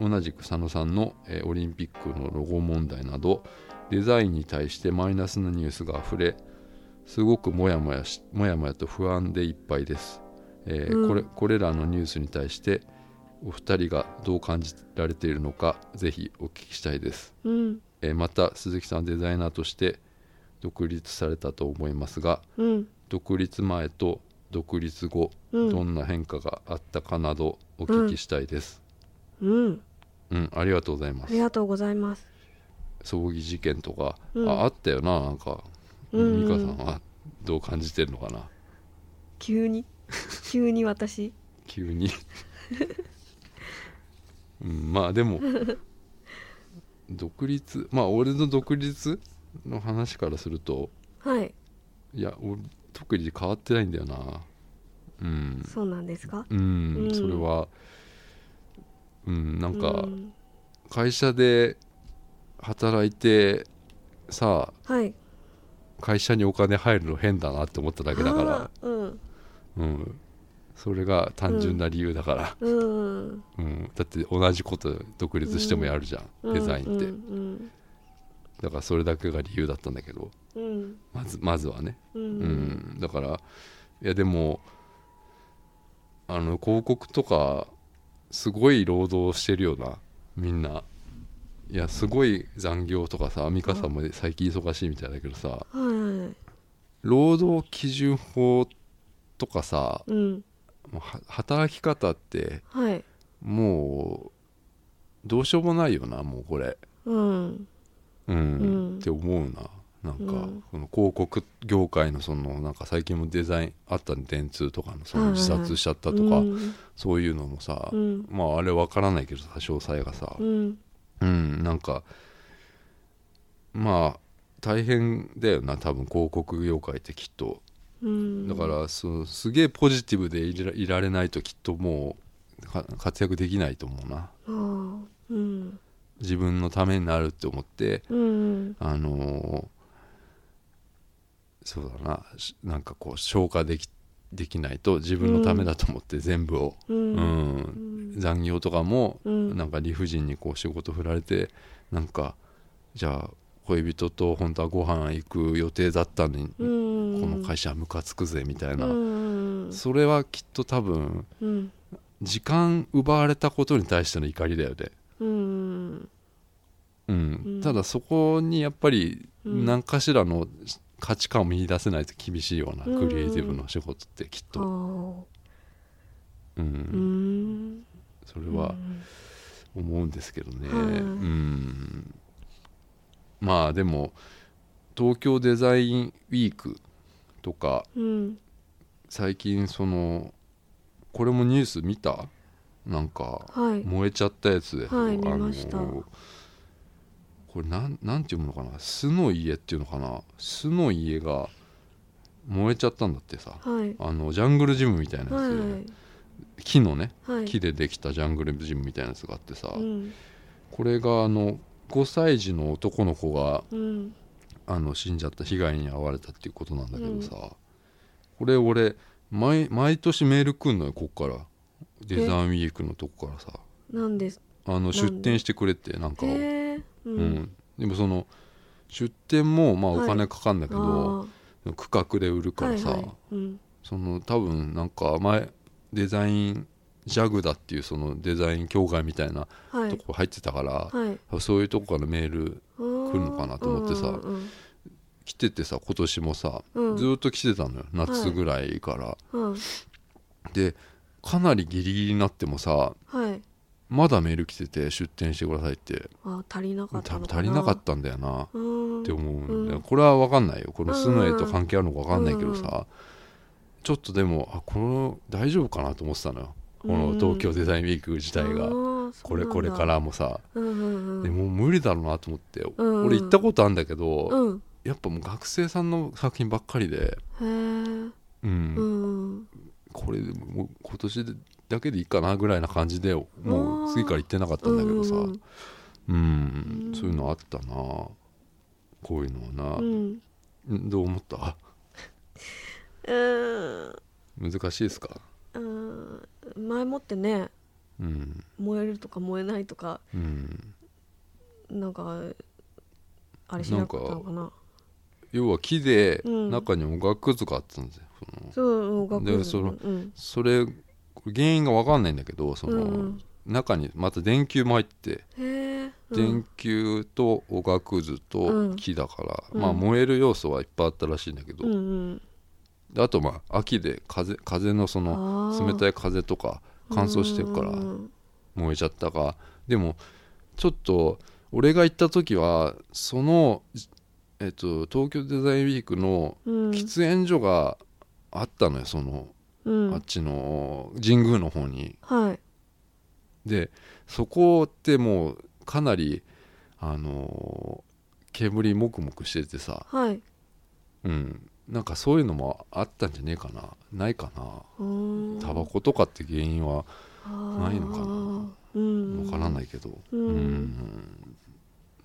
Speaker 2: うん、同じく佐野さんの、えーオリンピックのロゴ問題などデザインに対してマイナスなニュースがあふれすごくもやもやしもやもやと不安でいっぱいです、えー
Speaker 1: うん
Speaker 2: これこれらのニュースに対してお二人がどう感じられているのかぜひお聞きしたいです、
Speaker 1: うん
Speaker 2: えーまた鈴木さんはデザイナーとして独立されたと思いますが
Speaker 1: うん
Speaker 2: 独立前と独立後、
Speaker 1: うん
Speaker 2: どんな変化があったかなどお聞きしたいです、
Speaker 1: うん
Speaker 2: うんありがとうございま
Speaker 1: あ
Speaker 2: す
Speaker 1: りがとうございます
Speaker 2: 葬儀事件とか、
Speaker 1: うん
Speaker 2: ああったよななんか
Speaker 1: うん
Speaker 2: 美香さんはどう感じてるのかな
Speaker 1: 急 に急に私
Speaker 2: 急に、 うん、まあ でも独立まあ俺の独立の話からすると
Speaker 1: はい
Speaker 2: いや俺特に変わってないんだよなうん
Speaker 1: そうなんですか
Speaker 2: うん、
Speaker 1: うん
Speaker 2: それはうんなんか
Speaker 1: うん
Speaker 2: 会社で働いてさ
Speaker 1: はい
Speaker 2: 会社にお金入るの変だなって思っただけだから
Speaker 1: あーうん
Speaker 2: うんそれが単純な理由だから、
Speaker 1: うん
Speaker 2: うんだって同じこと独立してもやるじゃん、
Speaker 1: うん
Speaker 2: デザインって、
Speaker 1: うん
Speaker 2: だからそれだけが理由だったんだけど
Speaker 1: うん
Speaker 2: まずまずはね、
Speaker 1: う
Speaker 2: うんんだからいやでもあの広告とかすごい労働してるよなみんないやすごい残業とかさ美香さんも最近忙しいみたいだけどさ
Speaker 1: はい
Speaker 2: 労働基準法とかさ
Speaker 1: うん
Speaker 2: もうは働き方って
Speaker 1: はい
Speaker 2: もうどうしようもないよなもうこれ、
Speaker 1: うん
Speaker 2: う
Speaker 1: う
Speaker 2: ん
Speaker 1: ん
Speaker 2: って思うななんか、
Speaker 1: うん
Speaker 2: この広告業界のそのなんか最近もデザインあったね電通とかのその自殺しちゃったとか、
Speaker 1: うん
Speaker 2: そういうのもさ、
Speaker 1: うん
Speaker 2: まああれわからないけどさ詳細がさ、
Speaker 1: うん
Speaker 2: うん、なんかまあ大変だよな多分広告業界ってきっと
Speaker 1: うん
Speaker 2: だからそうすげえポジティブでいらいられないときっともうか活躍できないと思うな
Speaker 1: ああうん
Speaker 2: 自分のためになるって思って
Speaker 1: うん
Speaker 2: あのーそうだなしなんかこう消化できできないと自分のためだと思って全部を、
Speaker 1: う
Speaker 2: うん
Speaker 1: ん
Speaker 2: 残業とかも
Speaker 1: うん
Speaker 2: なんか理不尽にこう仕事振られてなんかじゃあ恋人と本当はご飯行く予定だったのに、
Speaker 1: う
Speaker 2: こ
Speaker 1: ん
Speaker 2: の会社はムカつくぜみたいな、
Speaker 1: うん
Speaker 2: それはきっと多分
Speaker 1: うん
Speaker 2: 時間奪われたことに対しての怒りだよね、
Speaker 1: うん
Speaker 2: うん
Speaker 1: うん
Speaker 2: ただそこにやっぱり
Speaker 1: うん
Speaker 2: 何かしらの価値観を見出せないと厳しいような
Speaker 1: うん
Speaker 2: クリエイティブの仕事ってきっ
Speaker 1: ああ
Speaker 2: と、う
Speaker 1: う
Speaker 2: ん
Speaker 1: ん
Speaker 2: それは思うんですけどね、
Speaker 1: はい
Speaker 2: うんまあでも東京デザインウィークとか
Speaker 1: うん
Speaker 2: 最近そのこれもニュース見たなんか
Speaker 1: はい
Speaker 2: 燃えちゃったやつで、
Speaker 1: はい見ました
Speaker 2: これなんなんて読むのかな「巣の家」っていうのかな巣の家が燃えちゃったんだってさ
Speaker 1: はい
Speaker 2: あのジャングルジムみたいなやつで、
Speaker 1: はい
Speaker 2: 木のね
Speaker 1: はい
Speaker 2: 木でできたジャングルジムみたいなやつがあってさ、
Speaker 1: うん
Speaker 2: これがあの5歳児の男の子が
Speaker 1: うん
Speaker 2: あの死んじゃった被害に遭われたっていうことなんだけどさ、これ俺毎毎年メール来んのよこっからデザインウィークのとこからさ
Speaker 1: なんです
Speaker 2: あの
Speaker 1: で
Speaker 2: 出店してくれってなんかを
Speaker 1: へえう
Speaker 2: うんでもその出店もまあ
Speaker 1: はい
Speaker 2: お金かかんだけど、
Speaker 1: あ
Speaker 2: 区画で売る
Speaker 1: あ
Speaker 2: からさ、
Speaker 1: はいはいうん
Speaker 2: その多分なんか前デザインジャグだっていうそのデザイン協会みたいな
Speaker 1: は
Speaker 2: と
Speaker 1: い
Speaker 2: こ入ってたから、
Speaker 1: はい
Speaker 2: そういうとこからメール
Speaker 1: 来る
Speaker 2: 来るのかなと思ってさ
Speaker 1: うん
Speaker 2: 来ててさ今年もさ、
Speaker 1: うん
Speaker 2: ずーっと来てたのよ夏ぐらいから、
Speaker 1: うん
Speaker 2: でかなりギリギリになってもさ
Speaker 1: はい
Speaker 2: まだメール来てて出店してくださいって
Speaker 1: あ足りなかった
Speaker 2: 多
Speaker 1: の
Speaker 2: 分
Speaker 1: かな
Speaker 2: 足りなかったんだよな
Speaker 1: うん
Speaker 2: って思うんだよ、
Speaker 1: うん
Speaker 2: これは分かんないよこのスノエと関係あるのか分かんないけどさ、ちょっとでもあこの大丈夫かなと思ってたのよこの東京デザインウィーク自体が、
Speaker 1: あーそ
Speaker 2: こ
Speaker 1: う
Speaker 2: れ
Speaker 1: なんだ
Speaker 2: これからもさ、
Speaker 1: うんうんう
Speaker 2: で
Speaker 1: ん
Speaker 2: もう無理だろうなと思って、
Speaker 1: んうん
Speaker 2: 俺行ったことあるんだけど、
Speaker 1: うん
Speaker 2: やっぱもう学生さんの作品ばっかりで、
Speaker 1: へえ
Speaker 2: うん
Speaker 1: うん
Speaker 2: これでもう今年だけでいいかなぐらいな感じでも
Speaker 1: あー
Speaker 2: う次から行ってなかったんだけどさ
Speaker 1: う
Speaker 2: うん
Speaker 1: うん
Speaker 2: そういうのあったなこういうのは
Speaker 1: う
Speaker 2: な、
Speaker 1: ん
Speaker 2: どう思った
Speaker 1: うん
Speaker 2: 難しいですか
Speaker 1: うん前もってね
Speaker 2: うん
Speaker 1: 燃えるとか燃えないとか
Speaker 2: うん
Speaker 1: なんかあれしなかったのかな
Speaker 2: 要は木で
Speaker 1: うん
Speaker 2: 中にもがくずがあったんですよ、その
Speaker 1: そう学
Speaker 2: でその
Speaker 1: うん
Speaker 2: それこれ原因が分かんないんだけどその、
Speaker 1: うんうん
Speaker 2: 中にまた電球も入って
Speaker 1: へえ
Speaker 2: 電球とおがくずと木だから、
Speaker 1: うん
Speaker 2: まあ
Speaker 1: うん
Speaker 2: 燃える要素はいっぱいあったらしいんだけど、
Speaker 1: うんうん
Speaker 2: であとまあ秋で風風のそ
Speaker 1: あ
Speaker 2: の
Speaker 1: ー
Speaker 2: 冷たい風とか乾燥してるから
Speaker 1: うん
Speaker 2: 燃えちゃったかでもちょっと俺が行った時はその、えっと、東京デザインウィークの
Speaker 1: うん
Speaker 2: 喫煙所があったのよその、
Speaker 1: うん
Speaker 2: あっちの神宮の方に。
Speaker 1: はい
Speaker 2: でそこってもうかなりあの煙もくもくしててさ、
Speaker 1: はい
Speaker 2: うん、なんかそういうのもあったんじゃねえかなないかな
Speaker 1: うん
Speaker 2: タバコとかって原因はないのかな
Speaker 1: あーうん
Speaker 2: 分からないいけど、
Speaker 1: うん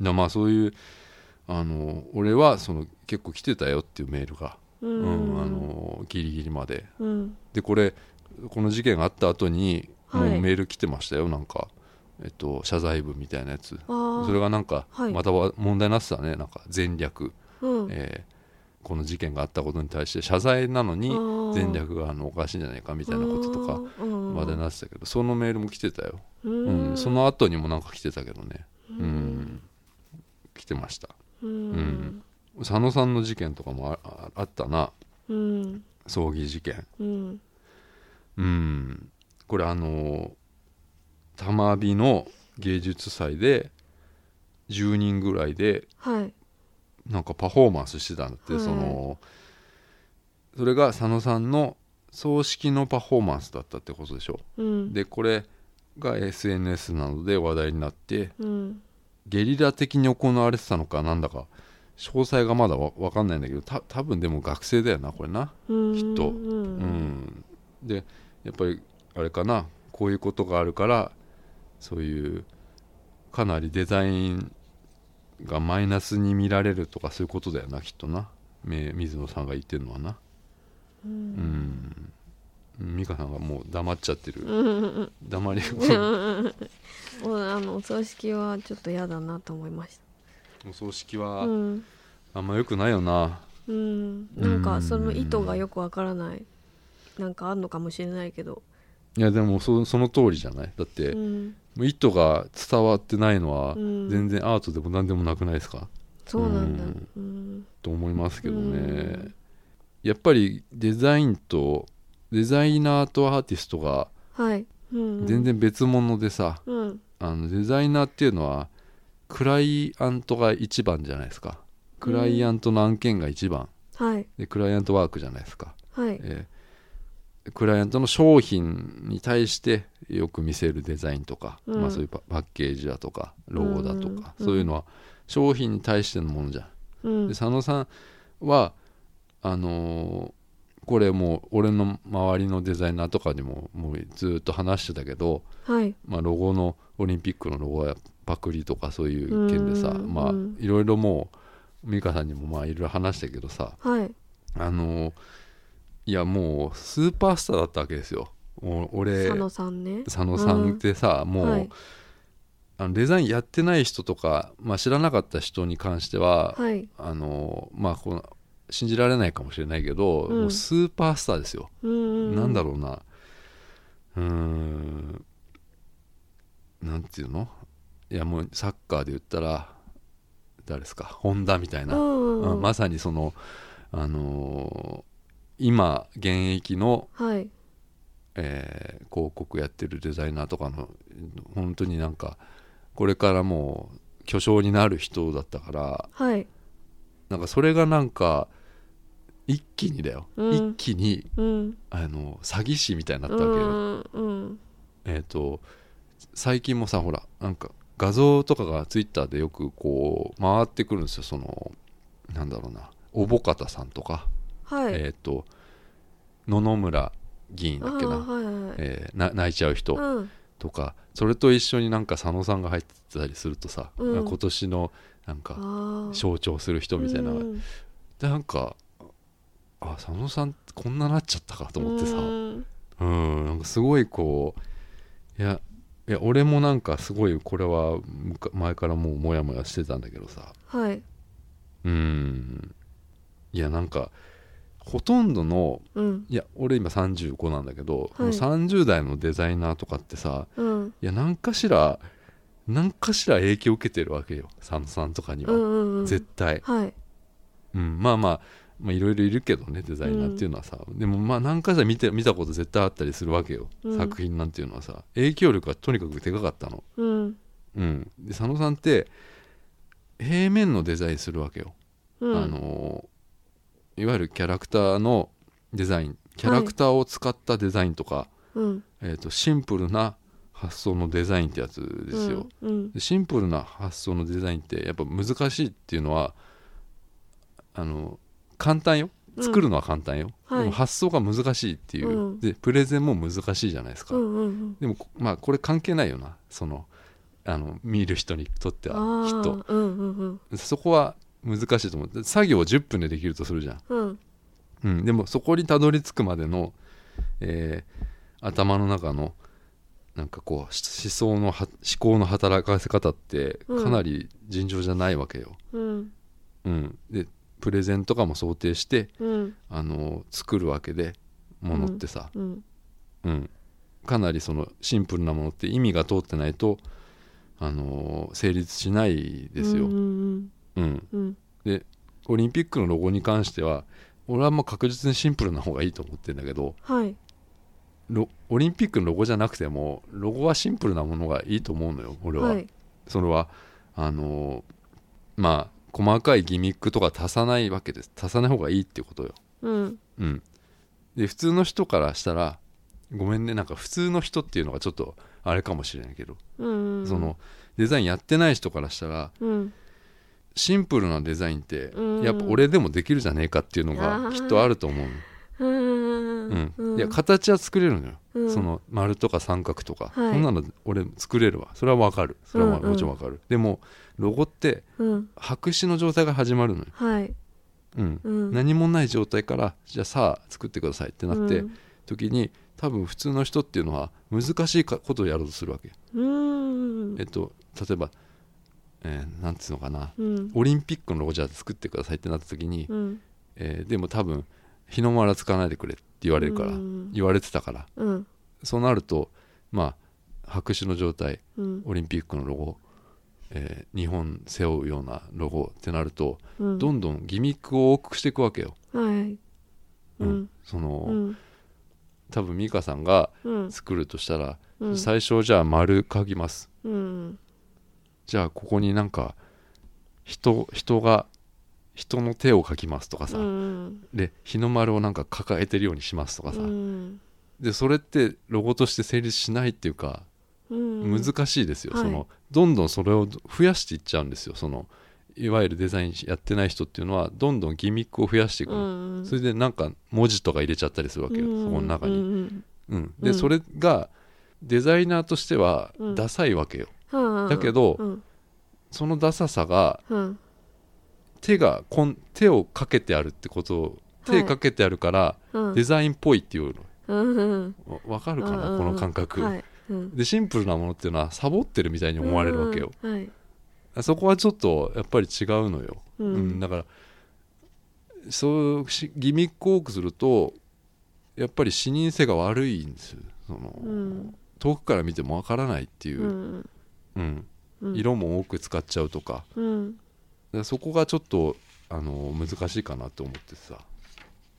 Speaker 2: だまあそういうあの俺はその結構来てたよっていうメールが、
Speaker 1: う
Speaker 2: うんんあのギリギリまで
Speaker 1: うん
Speaker 2: でこれこの事件があった後にも
Speaker 1: はいう
Speaker 2: メール来てましたよ、なんか、えっと、謝罪文みたいなやつ
Speaker 1: あー
Speaker 2: それがなんか
Speaker 1: はい
Speaker 2: または問題になってたねなんか前略、
Speaker 1: うん
Speaker 2: えーこの事件があったことに対して謝罪なのに
Speaker 1: あー
Speaker 2: 前略があのおかしいんじゃないかみたいなこととか
Speaker 1: うん
Speaker 2: までなってたけどそのメールも来てたよ、
Speaker 1: う
Speaker 2: うん
Speaker 1: ん
Speaker 2: その後にもなんか来てたけどね
Speaker 1: う
Speaker 2: うん、来てました
Speaker 1: うん
Speaker 2: 佐野さんの事件とかもあああったな
Speaker 1: うん
Speaker 2: 葬儀事件
Speaker 1: うん
Speaker 2: うんこれあの玉美の芸術祭で10人ぐらいで
Speaker 1: はい
Speaker 2: なんかパフォーマンスしてたんだって、
Speaker 1: はい
Speaker 2: そのそれが佐野さんの葬式のパフォーマンスだったってことでしょ
Speaker 1: うん
Speaker 2: でこれが SNS などで話題になって
Speaker 1: うん
Speaker 2: ゲリラ的に行われてたのかなんだか詳細がまだわわかんないんだけどた多分でも学生だよなこれな
Speaker 1: うん
Speaker 2: きっと
Speaker 1: う
Speaker 2: うんんでやっぱりあれかなこういうことがあるからそういうかなりデザインがマイナスに見られるとかそういうことだよなきっとなめ水野さんが言ってるのはな
Speaker 1: う
Speaker 2: うんん美香さんがもう黙っちゃってる
Speaker 1: うんうんうん
Speaker 2: 黙り
Speaker 1: もうあのお葬式はちょっと嫌だなと思いまし
Speaker 2: お葬式
Speaker 1: た。
Speaker 2: は
Speaker 1: うん、
Speaker 2: あんま良くないよな
Speaker 1: うん、なん
Speaker 2: う
Speaker 1: か
Speaker 2: ん
Speaker 1: その意図がよくわからない。なんかあんのかもしれないけど。
Speaker 2: いやでもそその通りじゃないだって
Speaker 1: う
Speaker 2: も
Speaker 1: ん、
Speaker 2: う意図が伝わってないのは
Speaker 1: うん
Speaker 2: 全然アートでも何でもなくないですか
Speaker 1: そうなんだ。
Speaker 2: うん
Speaker 1: うん、
Speaker 2: と思いますけどね、
Speaker 1: うん
Speaker 2: やっぱりデザインとデザイナーとアーティストが
Speaker 1: はい。うん、
Speaker 2: 全。然別物でさ、
Speaker 1: うん、
Speaker 2: あのデザイナーっていうのはクライアントが一番じゃないですかクライアントの案件が一番、
Speaker 1: はい、
Speaker 2: でクライアントワークじゃないですか、
Speaker 1: はい、
Speaker 2: えークライアントの商品に対してよく見せるデザインとか、
Speaker 1: うん
Speaker 2: まあ、そういうパパッケージだとかロゴだとか、
Speaker 1: うん
Speaker 2: そういうのは商品に対してのものじゃん
Speaker 1: うん
Speaker 2: で、佐野さんはあのーこれもう俺の周りのデザイナーとかにももうずっと話してたけど、
Speaker 1: はい、
Speaker 2: まあ、ロゴのオリンピックのロゴやパクリとかそういう件でさ
Speaker 1: うん
Speaker 2: まあ
Speaker 1: うん
Speaker 2: いろいろもう美香さんにもまあいろいろ話したけどさ
Speaker 1: はい、
Speaker 2: あのーいやもうスーパースターだったわけですよ。もう俺
Speaker 1: 佐野さんね。
Speaker 2: 佐野さんってさ、もう、
Speaker 1: はい
Speaker 2: あのデザインやってない人とか、まあ、知らなかった人に関しては、
Speaker 1: はい、
Speaker 2: あのまあこの信じられないかもしれないけど、
Speaker 1: うん
Speaker 2: もうスーパースターですよ、
Speaker 1: うんうん、
Speaker 2: なんだ
Speaker 1: ろ
Speaker 2: ろうなうーんなんていうのいやもうサッカーで言ったら誰ですか本田みたいな、
Speaker 1: うん、うん、
Speaker 2: うんまさにそのあのー今現役の、
Speaker 1: はい、
Speaker 2: えー広告やってるデザイナーとかの本当になんかこれからもう巨匠になる人だったから
Speaker 1: はい、
Speaker 2: なんかそれがなんか一気にだよ、
Speaker 1: うん
Speaker 2: 一気に
Speaker 1: うん、
Speaker 2: あの詐欺師みたいにな
Speaker 1: う
Speaker 2: ったわけよ、
Speaker 1: ん、うん、
Speaker 2: えっ、と最近もさほらなんか画像とかがツイッターでよくこう回ってくるんですよそのなんだろうな小保方さんとか、
Speaker 1: はい、
Speaker 2: えっ、と野々村議員
Speaker 1: あ
Speaker 2: だっけ
Speaker 1: ー
Speaker 2: な、
Speaker 1: はいはいはい、
Speaker 2: えーな泣いちゃう人、
Speaker 1: うん、
Speaker 2: とかそれと一緒になんか佐野さんが入ってたりするとさ、
Speaker 1: うん
Speaker 2: 今年のなん
Speaker 1: あ
Speaker 2: か
Speaker 1: ー
Speaker 2: 象徴する人みたいな
Speaker 1: うん
Speaker 2: でなんかあ佐野さんこんななっちゃったかと思ってさ
Speaker 1: う
Speaker 2: うん
Speaker 1: ん
Speaker 2: なんかすごいこういやいや俺もなんかすごいこれはむか前からもうモヤモヤしてたんだけどさ
Speaker 1: はい、
Speaker 2: うんいやなんかほとんどの
Speaker 1: うん、
Speaker 2: いや俺今35なんだけど、
Speaker 1: はい
Speaker 2: もう30代のデザイナーとかってさ
Speaker 1: うん、
Speaker 2: いや何かしら何かしら影響を受けてるわけよ佐野さんとかに
Speaker 1: う
Speaker 2: は、
Speaker 1: んうんうん、
Speaker 2: 絶対
Speaker 1: はい、
Speaker 2: うん、まあまあまあいろいろいるけどねデザイナーっていうのはさ、でもまあ何回か見て見たこと絶対あったりするわけよ、
Speaker 1: うん
Speaker 2: 作品なんていうのはさ影響力がとにかくでかかったの、
Speaker 1: うん、
Speaker 2: うん、で佐野さんって平面のデザインするわけよ、
Speaker 1: うん、
Speaker 2: あのーいわゆるキャラクターのデザインキャラクターを使ったデザインとか、
Speaker 1: うん、
Speaker 2: えー、とシンプルな発想のデザインってやつですよ、
Speaker 1: うん、
Speaker 2: でシンプルな発想のデザインってやっぱ難しいっていうのはあの簡単よ
Speaker 1: うん
Speaker 2: 作るのは簡単よ、
Speaker 1: はい
Speaker 2: でも発想が難しいっていう、
Speaker 1: うん
Speaker 2: でプレゼンも難しいじゃないですか、
Speaker 1: うん、うん、うん、
Speaker 2: でもこまあこれ関係ないよなそのあの見る人にとって
Speaker 1: あ
Speaker 2: はきっと
Speaker 1: ーうん、うん、うん、
Speaker 2: そこは難しいと思うで作業を10分でできるとするじゃん、
Speaker 1: うん、
Speaker 2: うん、でもそこにたどり着くまでの、えー頭の中のなんかこうし思想のは思考の働かせ方って
Speaker 1: うん
Speaker 2: かなり尋常じゃないわけよ。
Speaker 1: うん、
Speaker 2: うん、でプレゼンとかも想定して、
Speaker 1: うん、
Speaker 2: あの作るわけでものってさ、
Speaker 1: うん、
Speaker 2: うんかなりそのシンプルなものって意味が通ってないと、あの成立しないですよ。
Speaker 1: うん、うん、
Speaker 2: うん、
Speaker 1: うん、
Speaker 2: でオリンピックのロゴに関しては俺はもう確実にシンプルな方がいいと思ってんだけど
Speaker 1: はい、
Speaker 2: ロオリンピックのロゴじゃなくてもロゴはシンプルなものがいいと思うのよ俺は、
Speaker 1: はい
Speaker 2: それはあのまあ細かいギミックとか足さないわけです足さない方がいいってことよ
Speaker 1: うん
Speaker 2: うんで普通の人からしたらごめんねなんか普通の人っていうのがちょっとあれかもしれないけど、
Speaker 1: うんうん
Speaker 2: そのデザインやってない人からしたら
Speaker 1: うん
Speaker 2: シンプルなデザインって
Speaker 1: うん
Speaker 2: やっぱ俺でもできるじゃねえかっていうの
Speaker 1: あ
Speaker 2: が
Speaker 1: ー
Speaker 2: きっとあると思うの
Speaker 1: うんうん
Speaker 2: うんいや形は作れるのよ、
Speaker 1: うん
Speaker 2: その丸とか三角とか、
Speaker 1: はい
Speaker 2: そんなの俺作れるわそれはわかるそれはまあ
Speaker 1: うんうん
Speaker 2: もちろんわかる、でもロゴって
Speaker 1: うん
Speaker 2: 白紙の状態が始まるのよ、
Speaker 1: はい
Speaker 2: うん
Speaker 1: うん
Speaker 2: 何もない状態からじゃあさあ作ってくださいってなって、
Speaker 1: うん
Speaker 2: 時に多分普通の人っていうのは難しいかことをやろうとするわけ、
Speaker 1: うん
Speaker 2: えっと例えば、えーなんつうのかな
Speaker 1: うん
Speaker 2: オリンピックのロゴじゃあ作ってくださいってなった時に、
Speaker 1: うん
Speaker 2: えーでも多分日の丸は使わないでくれって言われるから、
Speaker 1: うん
Speaker 2: 言われてたから
Speaker 1: うん
Speaker 2: そうなるとまあ白紙の状態
Speaker 1: うん
Speaker 2: オリンピックのロゴ、えー日本背負うようなロゴってなると、
Speaker 1: うん
Speaker 2: どんどんギミックを多くしていくわけよ、
Speaker 1: はいうん
Speaker 2: その、
Speaker 1: うん
Speaker 2: 多分美香さんが
Speaker 1: うん
Speaker 2: 作るとしたら、
Speaker 1: うん
Speaker 2: 最初じゃあ丸書きます
Speaker 1: うん
Speaker 2: じゃあここになんか人人が人の手を書きますとかさ、
Speaker 1: うん
Speaker 2: で日の丸をなんか抱えてるようにしますとかさ、
Speaker 1: うん
Speaker 2: でそれってロゴとして成立しないっていうか
Speaker 1: うん
Speaker 2: 難しいですよ、
Speaker 1: はい
Speaker 2: そのどんどんそれを増やしていっちゃうんですよそのいわゆるデザインやってない人っていうのはどんどんギミックを増やしていく
Speaker 1: う
Speaker 2: の、
Speaker 1: ん
Speaker 2: それでなんか文字とか入れちゃったりするわけよ、そこの中
Speaker 1: う
Speaker 2: に、
Speaker 1: ん
Speaker 2: うん
Speaker 1: う
Speaker 2: で、
Speaker 1: ん
Speaker 2: それがデザイナーとしては
Speaker 1: うん
Speaker 2: ダサいわけよ、
Speaker 1: うんはあ
Speaker 2: だけど
Speaker 1: うん
Speaker 2: そのダサさが
Speaker 1: うん
Speaker 2: 手がこん手をかけてあるってことを
Speaker 1: はい
Speaker 2: 手かけてあるから
Speaker 1: うん
Speaker 2: デザインっぽいっていう
Speaker 1: うんうん
Speaker 2: のわわかるか
Speaker 1: うんうん
Speaker 2: な、
Speaker 1: うん
Speaker 2: この感覚、
Speaker 1: はいうん
Speaker 2: でシンプルなものっていうのはサボってるみたいに思われるわけよ、
Speaker 1: うんはい
Speaker 2: そこはちょっとやっぱり違うのよ、
Speaker 1: うん
Speaker 2: うんだからそうしギミックを多くするとやっぱり視認性が悪いんですよその、
Speaker 1: うん
Speaker 2: 遠くから見てもわからないっていう、
Speaker 1: うん
Speaker 2: うん
Speaker 1: うん
Speaker 2: 色も多く使っちゃうとか
Speaker 1: うん
Speaker 2: だからそこがちょっとあの難しいかなと思ってさ、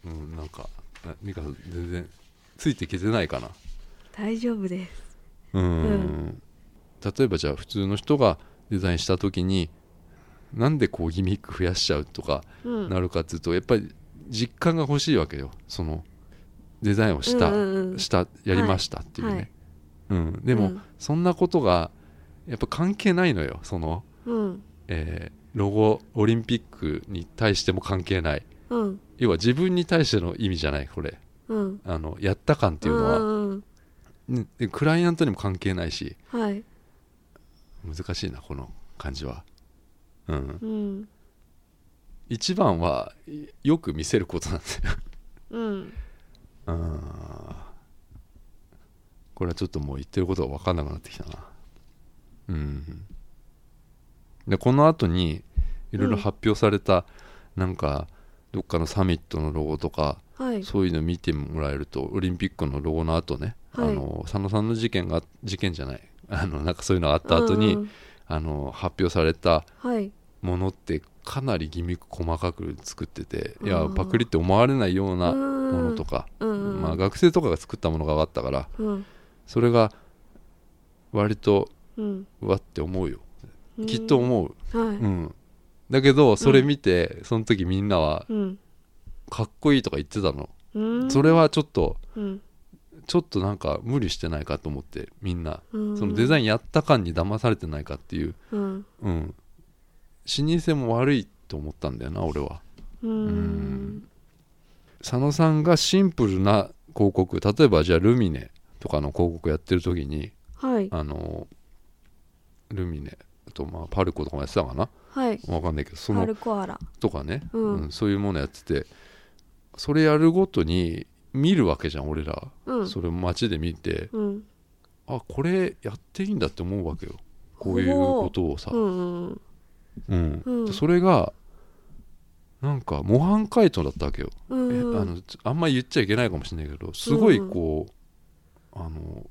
Speaker 2: うん、なんかあ美香さん全然ついていけてないかな
Speaker 1: 大丈夫です
Speaker 2: うん、
Speaker 1: う
Speaker 2: 例えばじゃあ普通の人がデザインした時になんでこうギミック増やしちゃうとか
Speaker 1: うん
Speaker 2: なるかっていうとやっぱり実感が欲しいわけよそのデザインをし
Speaker 1: う
Speaker 2: た、
Speaker 1: んうんうん
Speaker 2: したやりましたっていうね、
Speaker 1: はい
Speaker 2: うん、でも、
Speaker 1: うん
Speaker 2: そんなことがやっぱ関係ないのよその、
Speaker 1: うん
Speaker 2: えーロゴオリンピックに対しても関係ない
Speaker 1: うん
Speaker 2: 要は自分に対しての意味じゃないこれ
Speaker 1: うんっ
Speaker 2: あのやった感っていうのは、ねでクライアントにも関係ないし
Speaker 1: はい
Speaker 2: 難しいなこの感じは、うん、
Speaker 1: うん
Speaker 2: 一番はいよく見せることなんだよ
Speaker 1: うん
Speaker 2: あーこれはちょっともう言ってることが分かんなくなってきたなうんでこの後にいろいろ発表された、なんかどっかのサミットのロゴとか
Speaker 1: はい
Speaker 2: そういうの見てもらえるとオリンピックのロゴの後ね、
Speaker 1: はい
Speaker 2: あの佐野さんの事件が事件じゃないあのなんかそういうのがあった後に、
Speaker 1: うんうん
Speaker 2: あの発表された
Speaker 1: はい
Speaker 2: ものってかなりギミック細かく作ってて
Speaker 1: あ
Speaker 2: いや
Speaker 1: ー
Speaker 2: パクリって思われないような
Speaker 1: うん
Speaker 2: ものとか、
Speaker 1: うんうん
Speaker 2: まあ、学生とかが作ったものがあったから
Speaker 1: うん
Speaker 2: それが割と
Speaker 1: うん
Speaker 2: うわって思うよ
Speaker 1: うん
Speaker 2: きっと思う、
Speaker 1: は
Speaker 2: う
Speaker 1: い
Speaker 2: ん、だけどそれ見て、その時みんなは
Speaker 1: うん
Speaker 2: かっこいいとか言ってたの、
Speaker 1: うん
Speaker 2: それはちょっと
Speaker 1: うん
Speaker 2: ちょっとなんか無理してないかと思ってみんな、
Speaker 1: うん
Speaker 2: そのデザインやった感に騙されてないかっていう
Speaker 1: うん
Speaker 2: うん視認性も悪いと思ったんだよな俺は
Speaker 1: うん
Speaker 2: 佐野さんがシンプルな広告例えばじゃあルミネとかの広告やってる時に
Speaker 1: はい
Speaker 2: あのルミネあとまあパルコとかもやってたかな
Speaker 1: はい
Speaker 2: わかんないけどそ
Speaker 1: パ
Speaker 2: の
Speaker 1: ルコアラ
Speaker 2: とかね、
Speaker 1: うん
Speaker 2: うんそういうものやっててそれやるごとに見るわけじゃん俺ら、
Speaker 1: うん
Speaker 2: それ街で見て
Speaker 1: うん
Speaker 2: あこれやっていいんだって思うわけよこういうことをさ、
Speaker 1: うんうん
Speaker 2: うん
Speaker 1: うん
Speaker 2: でそれがなんか模範解答だったわけよ、
Speaker 1: うん
Speaker 2: え
Speaker 1: うん
Speaker 2: あのつあんまり言っちゃいけないかもしれないけどすごいこう、あの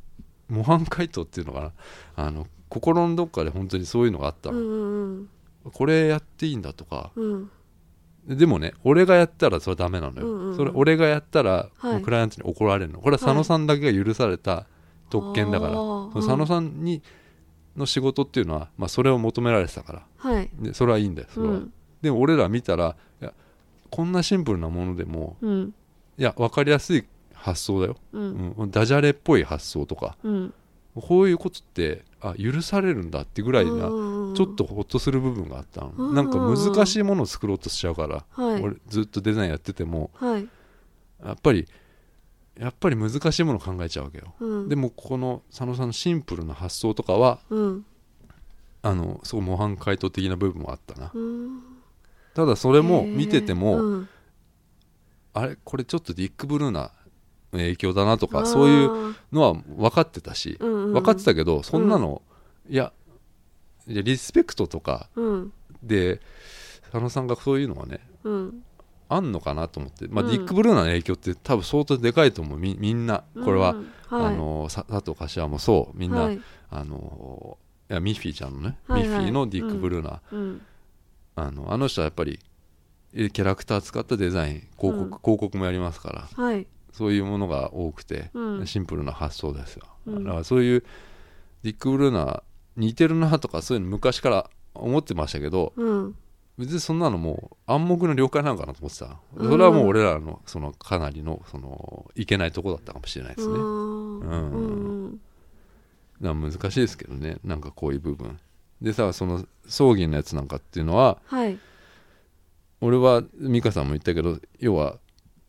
Speaker 2: 模範解答っていうのかなあの心のどっかで本当にそういうのがあった
Speaker 1: うん
Speaker 2: の、
Speaker 1: うん
Speaker 2: これやっていいんだとか
Speaker 1: うん
Speaker 2: でもね俺がやったらそれはダメなのよ、
Speaker 1: うんうんうん
Speaker 2: それ俺がやったら、
Speaker 1: はい
Speaker 2: もうクライアントに怒られるのこれは佐野さんだけが許された特権だから、
Speaker 1: あー
Speaker 2: その
Speaker 1: うん
Speaker 2: 佐野さんにの仕事っていうのは、まあ、それを求められてたから
Speaker 1: はい
Speaker 2: でそれはいいんだよそれ
Speaker 1: う
Speaker 2: は、
Speaker 1: ん
Speaker 2: でも俺ら見たらいやこんなシンプルなものでも
Speaker 1: うん
Speaker 2: いや分かりやすい発想だよ、
Speaker 1: う
Speaker 2: うんんダジャレっぽい発想とか
Speaker 1: うん
Speaker 2: こういうことってあ許されるんだってぐらいな、ち
Speaker 1: ち
Speaker 2: ょっとほっとする部分があったの、
Speaker 1: うん
Speaker 2: なんか難しいものを作ろうとしちゃうから、
Speaker 1: はい
Speaker 2: 俺ずっとデザインやってても
Speaker 1: はい
Speaker 2: やっぱりやっぱり難しいものを考えちゃうわけよ、
Speaker 1: うん
Speaker 2: でもこの佐野さんのシンプルな発想とかは
Speaker 1: うん
Speaker 2: あのすごい模範解答的な部分もあったな、
Speaker 1: うん
Speaker 2: ただそれも見てて
Speaker 1: へー
Speaker 2: も、
Speaker 1: うん
Speaker 2: あれこれちょっとディック・ブルーな影響だなとかそういう
Speaker 1: あー
Speaker 2: のは分かってたし、
Speaker 1: うんうんうん
Speaker 2: 分かってたけどそんなの、いやいやリスペクトとか
Speaker 1: うん
Speaker 2: で佐野さんがそういうのはね
Speaker 1: うん
Speaker 2: あんのかなと思って、まあ
Speaker 1: うん
Speaker 2: ディック・ブルーナの影響って多分相当でかいと思うみみんなこれは、
Speaker 1: うんはい
Speaker 2: あのさ佐藤柏もそうみんな、
Speaker 1: はい
Speaker 2: あのいやミッフィーちゃんのね、
Speaker 1: はいはい
Speaker 2: ミッフィーのディック・ブルーナ、
Speaker 1: うん
Speaker 2: あのあの人はやっぱりえキャラクター使ったデザイン広告,、
Speaker 1: うん
Speaker 2: 広告もやりますから
Speaker 1: はい
Speaker 2: そういうものが多くて、
Speaker 1: うん
Speaker 2: シンプルな発想ですよ、
Speaker 1: うん
Speaker 2: だからそういうディック・ブルーナ似てるなとかそういうの昔から思ってましたけど、
Speaker 1: うん
Speaker 2: 別にそんなのもう暗黙の了解なのかなと思ってた
Speaker 1: うん
Speaker 2: それはもう俺らのそのかなりのそのいけないとこだったかもしれないですね
Speaker 1: う
Speaker 2: だか
Speaker 1: ん
Speaker 2: うん
Speaker 1: うん
Speaker 2: ら難しいですけどねなんかこういう部分でさその葬儀のやつなんかっていうのは
Speaker 1: はい
Speaker 2: 俺は美香さんも言ったけど要は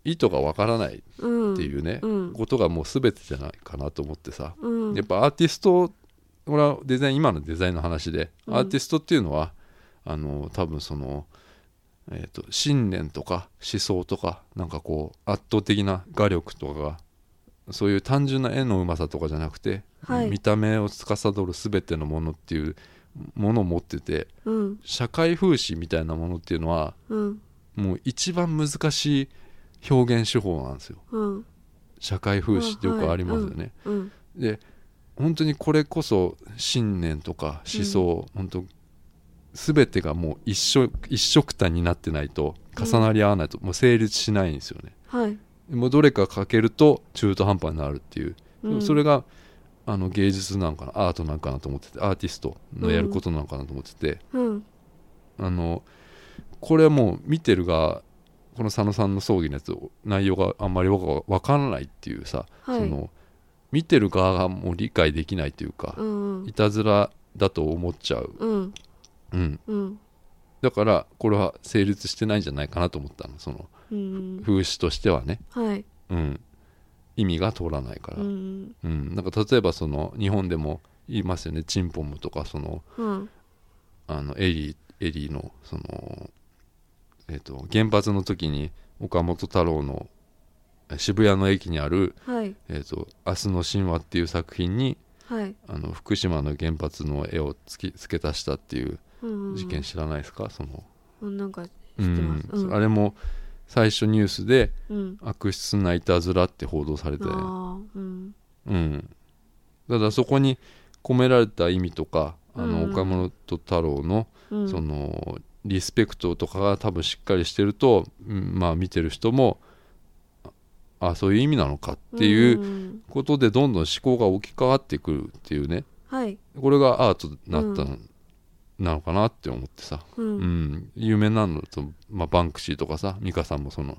Speaker 2: 意図がわからないっ
Speaker 1: うん
Speaker 2: ていうね、
Speaker 1: うん
Speaker 2: ことがもう全てじゃないかなと思ってさ、
Speaker 1: うん
Speaker 2: やっぱアーティスト俺はデザイン今のデザインの話で、
Speaker 1: うん
Speaker 2: アーティストっていうのはあの多分その、えー、と信念とか思想とかなんかこう圧倒的な画力とかがそういう単純な絵のうまさとかじゃなくて、
Speaker 1: はい
Speaker 2: 見た目を司る全てのものっていうものを持ってて
Speaker 1: うん
Speaker 2: 社会風刺みたいなものっていうのは
Speaker 1: うん
Speaker 2: もう一番難しい表現手法なんですよ
Speaker 1: うん
Speaker 2: 社会風刺ってよくありますよね。
Speaker 1: うん
Speaker 2: で本当にこれこそ信念とか思想、本当全てがもう一緒一色単になってないと重なり合わないと、もう成立しないんですよね
Speaker 1: はい
Speaker 2: もうどれか欠けると中途半端になるっていう、
Speaker 1: うん
Speaker 2: それがあの芸術なんかなアートなんかなと思っててアーティストのやることなのかなと思ってて、
Speaker 1: うん
Speaker 2: あのこれはもう見てるがこの佐野さんの葬儀のやつ内容があんまり僕は分からないっていうさ、
Speaker 1: はい
Speaker 2: その見てる側がもう理解できないというか
Speaker 1: う、ん
Speaker 2: いたずらだと思っちゃう、
Speaker 1: うん
Speaker 2: うん、
Speaker 1: うん
Speaker 2: だからこれは成立してないんじゃないかなと思ったのその
Speaker 1: うん
Speaker 2: 風刺としてはね、
Speaker 1: はい
Speaker 2: うん、意味が通らないから、
Speaker 1: う
Speaker 2: うん
Speaker 1: ん
Speaker 2: なんか例えばその日本でも言いますよねチンポムとかその
Speaker 1: うん
Speaker 2: あのエリーエリーのその、えっと原発の時に岡本太郎の渋谷の駅にある
Speaker 1: はい
Speaker 2: 「えっと明日の神話」っていう作品に
Speaker 1: はい
Speaker 2: あの福島の原発の絵を付き付け足したっていう
Speaker 1: うん
Speaker 2: 事件知らないですか、その
Speaker 1: うんなんか知って
Speaker 2: う
Speaker 1: ま
Speaker 2: ん
Speaker 1: すうん
Speaker 2: あれも最初ニュースで
Speaker 1: うん
Speaker 2: 悪質ないたずらって報道されて、
Speaker 1: ああうん
Speaker 2: うん、ただそこに込められた意味とかあの
Speaker 1: うん
Speaker 2: 岡本太郎の
Speaker 1: うん
Speaker 2: そのリスペクトとかが多分しっかりしてると、うんまあ見てる人もああそういう意味なのかっていうんことでどんどん思考が置き換わってくるっていうね
Speaker 1: はい
Speaker 2: これがアートになったの、なのかなって思ってさ
Speaker 1: う
Speaker 2: うんん、有名なのだと、まあ、バンクシーとかさ美香さんもその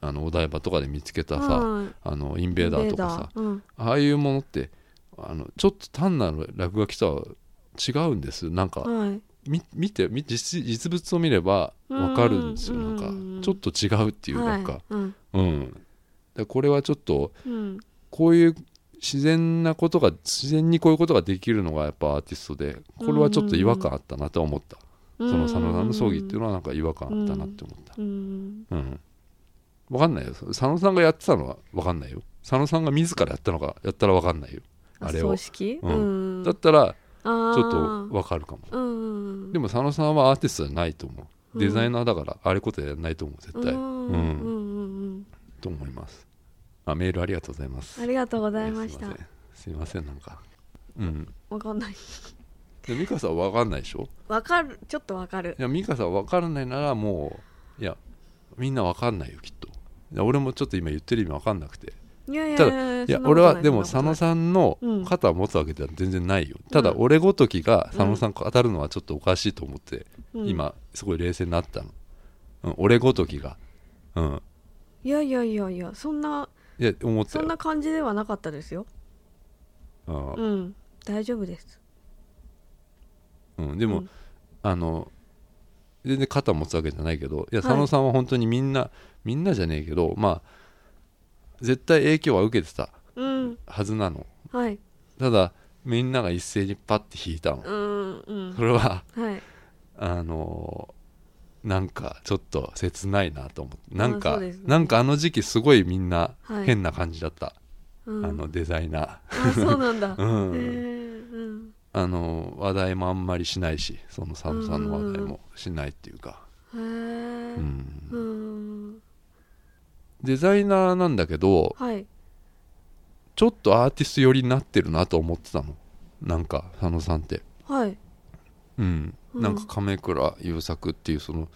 Speaker 2: あのお台場とかで見つけたさ、
Speaker 1: はい
Speaker 2: あのインベーダーとかさ
Speaker 1: ベーダーうん
Speaker 2: ああいうものってあのちょっと単なる落書きとは違うんですなんか、
Speaker 1: はい
Speaker 2: み見てみ実実物を見ればわかるんですよ
Speaker 1: う
Speaker 2: なんんかちょっと違うっていうなんか、
Speaker 1: はいうん
Speaker 2: うんだからこれはちょっと
Speaker 1: うん
Speaker 2: こういう自然なことが自然にこういうことができるのがやっぱアーティストでこれはちょっと違和感あったなとは思った。その佐野さんの葬儀っていうのはなんか違和感あったなって思った。
Speaker 1: うん
Speaker 2: うん。わかんないよ。佐野さんがやってたのはわかんないよ。佐野さんが自らやったのがやったらわかんないよ。あれを
Speaker 1: 葬。式
Speaker 2: う
Speaker 1: うん
Speaker 2: だった
Speaker 1: ち
Speaker 2: ら
Speaker 1: ょ
Speaker 2: ちょっとわかるかも。
Speaker 1: うん
Speaker 2: でも佐野さんはアーティストじゃないと思
Speaker 1: う
Speaker 2: う。
Speaker 1: ん
Speaker 2: デザイナーだからあれことやらないと思う絶対。
Speaker 1: う
Speaker 2: うん。
Speaker 1: んうんうんん
Speaker 2: と思います。あメールありがとうございます。
Speaker 1: ありがとうございまし
Speaker 2: ね
Speaker 1: た
Speaker 2: すいません。すいませんなんか。うん。
Speaker 1: わかんない
Speaker 2: で美香さんわかんないでしょ。
Speaker 1: わかるちょっとわかる
Speaker 2: いや美香さんわからないならもういやみんなわかんないよきっといや俺もちょっと今言ってる意味わかんなくて
Speaker 1: いやいや
Speaker 2: た
Speaker 1: や
Speaker 2: いや
Speaker 1: そんなこと
Speaker 2: 俺は
Speaker 1: な
Speaker 2: でも
Speaker 1: そ
Speaker 2: 佐
Speaker 1: んな
Speaker 2: 野
Speaker 1: こと
Speaker 2: さんの
Speaker 1: うん
Speaker 2: 肩を持つわけでは全然ないよ、ただ
Speaker 1: うん
Speaker 2: 俺ごときが佐野さん当たるのはちょっとおかしいと思って、
Speaker 1: ないうん
Speaker 2: 今すごい冷静になったの、うん、俺ごときがうん
Speaker 1: いやいやいやいやそんない
Speaker 2: や思った
Speaker 1: そ
Speaker 2: よ
Speaker 1: んな感じではなかったですよ
Speaker 2: うん
Speaker 1: うん大丈夫です
Speaker 2: うん、で
Speaker 1: う
Speaker 2: も、
Speaker 1: ん
Speaker 2: あの全然肩持つわけじゃないけどいや
Speaker 1: い
Speaker 2: 佐野さんは本当にみんな、みんなじゃねえけどまあ絶対影響は受けてた
Speaker 1: うん
Speaker 2: はずなの
Speaker 1: はい
Speaker 2: ただみんなが一斉にパッて引いたの、
Speaker 1: うんうん
Speaker 2: それは
Speaker 1: はい
Speaker 2: あのなんかちょっと切ないなと思ってなん
Speaker 1: まあ
Speaker 2: か、
Speaker 1: そうですね
Speaker 2: なんかあの時期すごいみんな
Speaker 1: はい
Speaker 2: 変な感じだった、
Speaker 1: うん
Speaker 2: あのデザイナ
Speaker 1: あそうなんだ
Speaker 2: ー、うん
Speaker 1: へえうん
Speaker 2: あの話題もあんまりしないしその佐野さんの話題もしないっていうか、
Speaker 1: へえ
Speaker 2: うん
Speaker 1: うん
Speaker 2: デザイナーなんだけど
Speaker 1: はい
Speaker 2: ちょっとアーティスト寄りになってるなと思ってたのなんか佐野さんって
Speaker 1: はい
Speaker 2: うん、
Speaker 1: うん
Speaker 2: なんか亀倉優作っていうその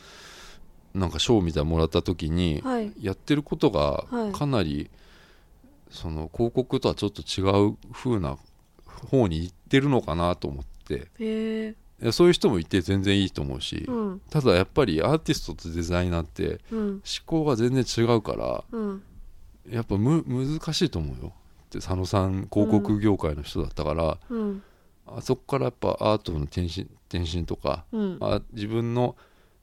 Speaker 2: なんか賞みたいなのもらった時に、
Speaker 1: はい
Speaker 2: やってることが
Speaker 1: はい
Speaker 2: かなり、その広告とはちょっと違う風な方に行ってるのかなと思って
Speaker 1: へえ
Speaker 2: いやそういう人もいて全然いいと思うし、
Speaker 1: うん
Speaker 2: ただやっぱりアーティストとデザイナーって
Speaker 1: うん
Speaker 2: 思考が全然違うから
Speaker 1: うん
Speaker 2: やっぱむ難しいと思うよって佐野さん広告業界の人だったから、
Speaker 1: うん
Speaker 2: あそこからやっぱアートの転身転身とか、
Speaker 1: うん
Speaker 2: あ自分の、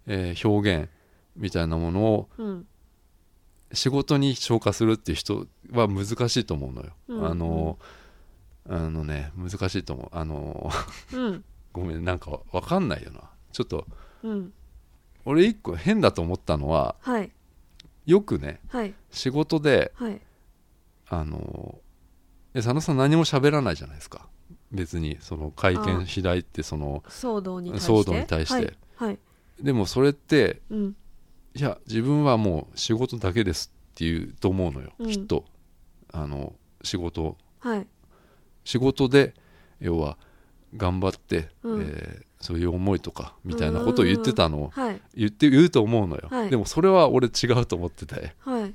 Speaker 2: えー表現みたいなものを
Speaker 1: うん
Speaker 2: 仕事に消化するっていう人は難しいと思うのよ、
Speaker 1: うん
Speaker 2: あのあのね難しいと思うあの
Speaker 1: うん
Speaker 2: ごめんなんかわかんないよなちょっと
Speaker 1: うん
Speaker 2: 俺一個変だと思ったのは
Speaker 1: はい
Speaker 2: よくね
Speaker 1: はい
Speaker 2: 仕事で
Speaker 1: はい
Speaker 2: あのえ佐野さん何も喋らないじゃないですか別にその会見開いてその
Speaker 1: 騒動に対して
Speaker 2: 騒動に対して
Speaker 1: はいはい
Speaker 2: でもそれって
Speaker 1: うん
Speaker 2: いや自分はもう仕事だけですっていうと思うのよ、
Speaker 1: うん
Speaker 2: きっとあの仕事を
Speaker 1: はい
Speaker 2: 仕事で要は頑張って、
Speaker 1: うん
Speaker 2: えーそういう思いとかみたいなことを言ってたのを
Speaker 1: はい
Speaker 2: 言って言うと思うのよ、
Speaker 1: はい
Speaker 2: でもそれは俺違うと思ってて
Speaker 1: はい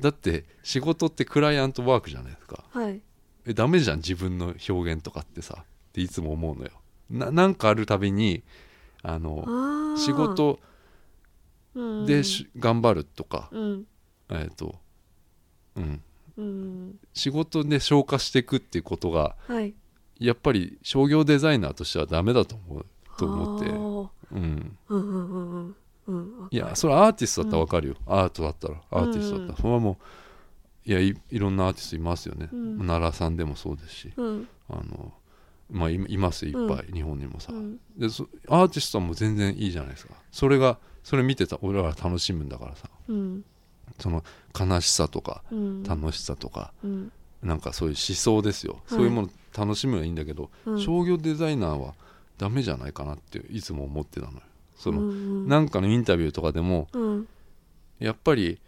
Speaker 2: だって仕事ってクライアントワークじゃないですか
Speaker 1: はい
Speaker 2: えダメじゃん自分の表現とかってさっていつも思うのよななんかあるたびにあ
Speaker 1: あ
Speaker 2: の
Speaker 1: ー
Speaker 2: 仕事でし頑張るとか、
Speaker 1: うん
Speaker 2: えっ、とうん
Speaker 1: うん
Speaker 2: 仕事で消化していくっていうことが
Speaker 1: はい
Speaker 2: やっぱり商業デザイナーとしてはダメだと思うと思って
Speaker 1: て
Speaker 2: うん、
Speaker 1: うんうんうんうんうん
Speaker 2: いやそれはアーティストだったらわかるよ、アートだったらアーティストだっ
Speaker 1: う
Speaker 2: たら、
Speaker 1: ん
Speaker 2: それはもういやいいろんなアーティストいますよね、
Speaker 1: うん
Speaker 2: 奈良さんでもそうですし
Speaker 1: うん
Speaker 2: あの、まあ、いいますよいっぱい、日本にもさ、
Speaker 1: うん
Speaker 2: でそアーティストも全然いいじゃないですかそれがそれ見てた俺らは楽しむんだからさ
Speaker 1: うん
Speaker 2: その悲しさとか
Speaker 1: うん
Speaker 2: 楽しさとか、
Speaker 1: うん
Speaker 2: なんかそういう思想ですよ、そういうもの楽しむのはいいんだけど、
Speaker 1: うん
Speaker 2: 商業デザイナーはダメじゃないかなっていつも思ってたのよその、
Speaker 1: うんうん
Speaker 2: なんかのインタビューとかでも
Speaker 1: うん
Speaker 2: やっぱり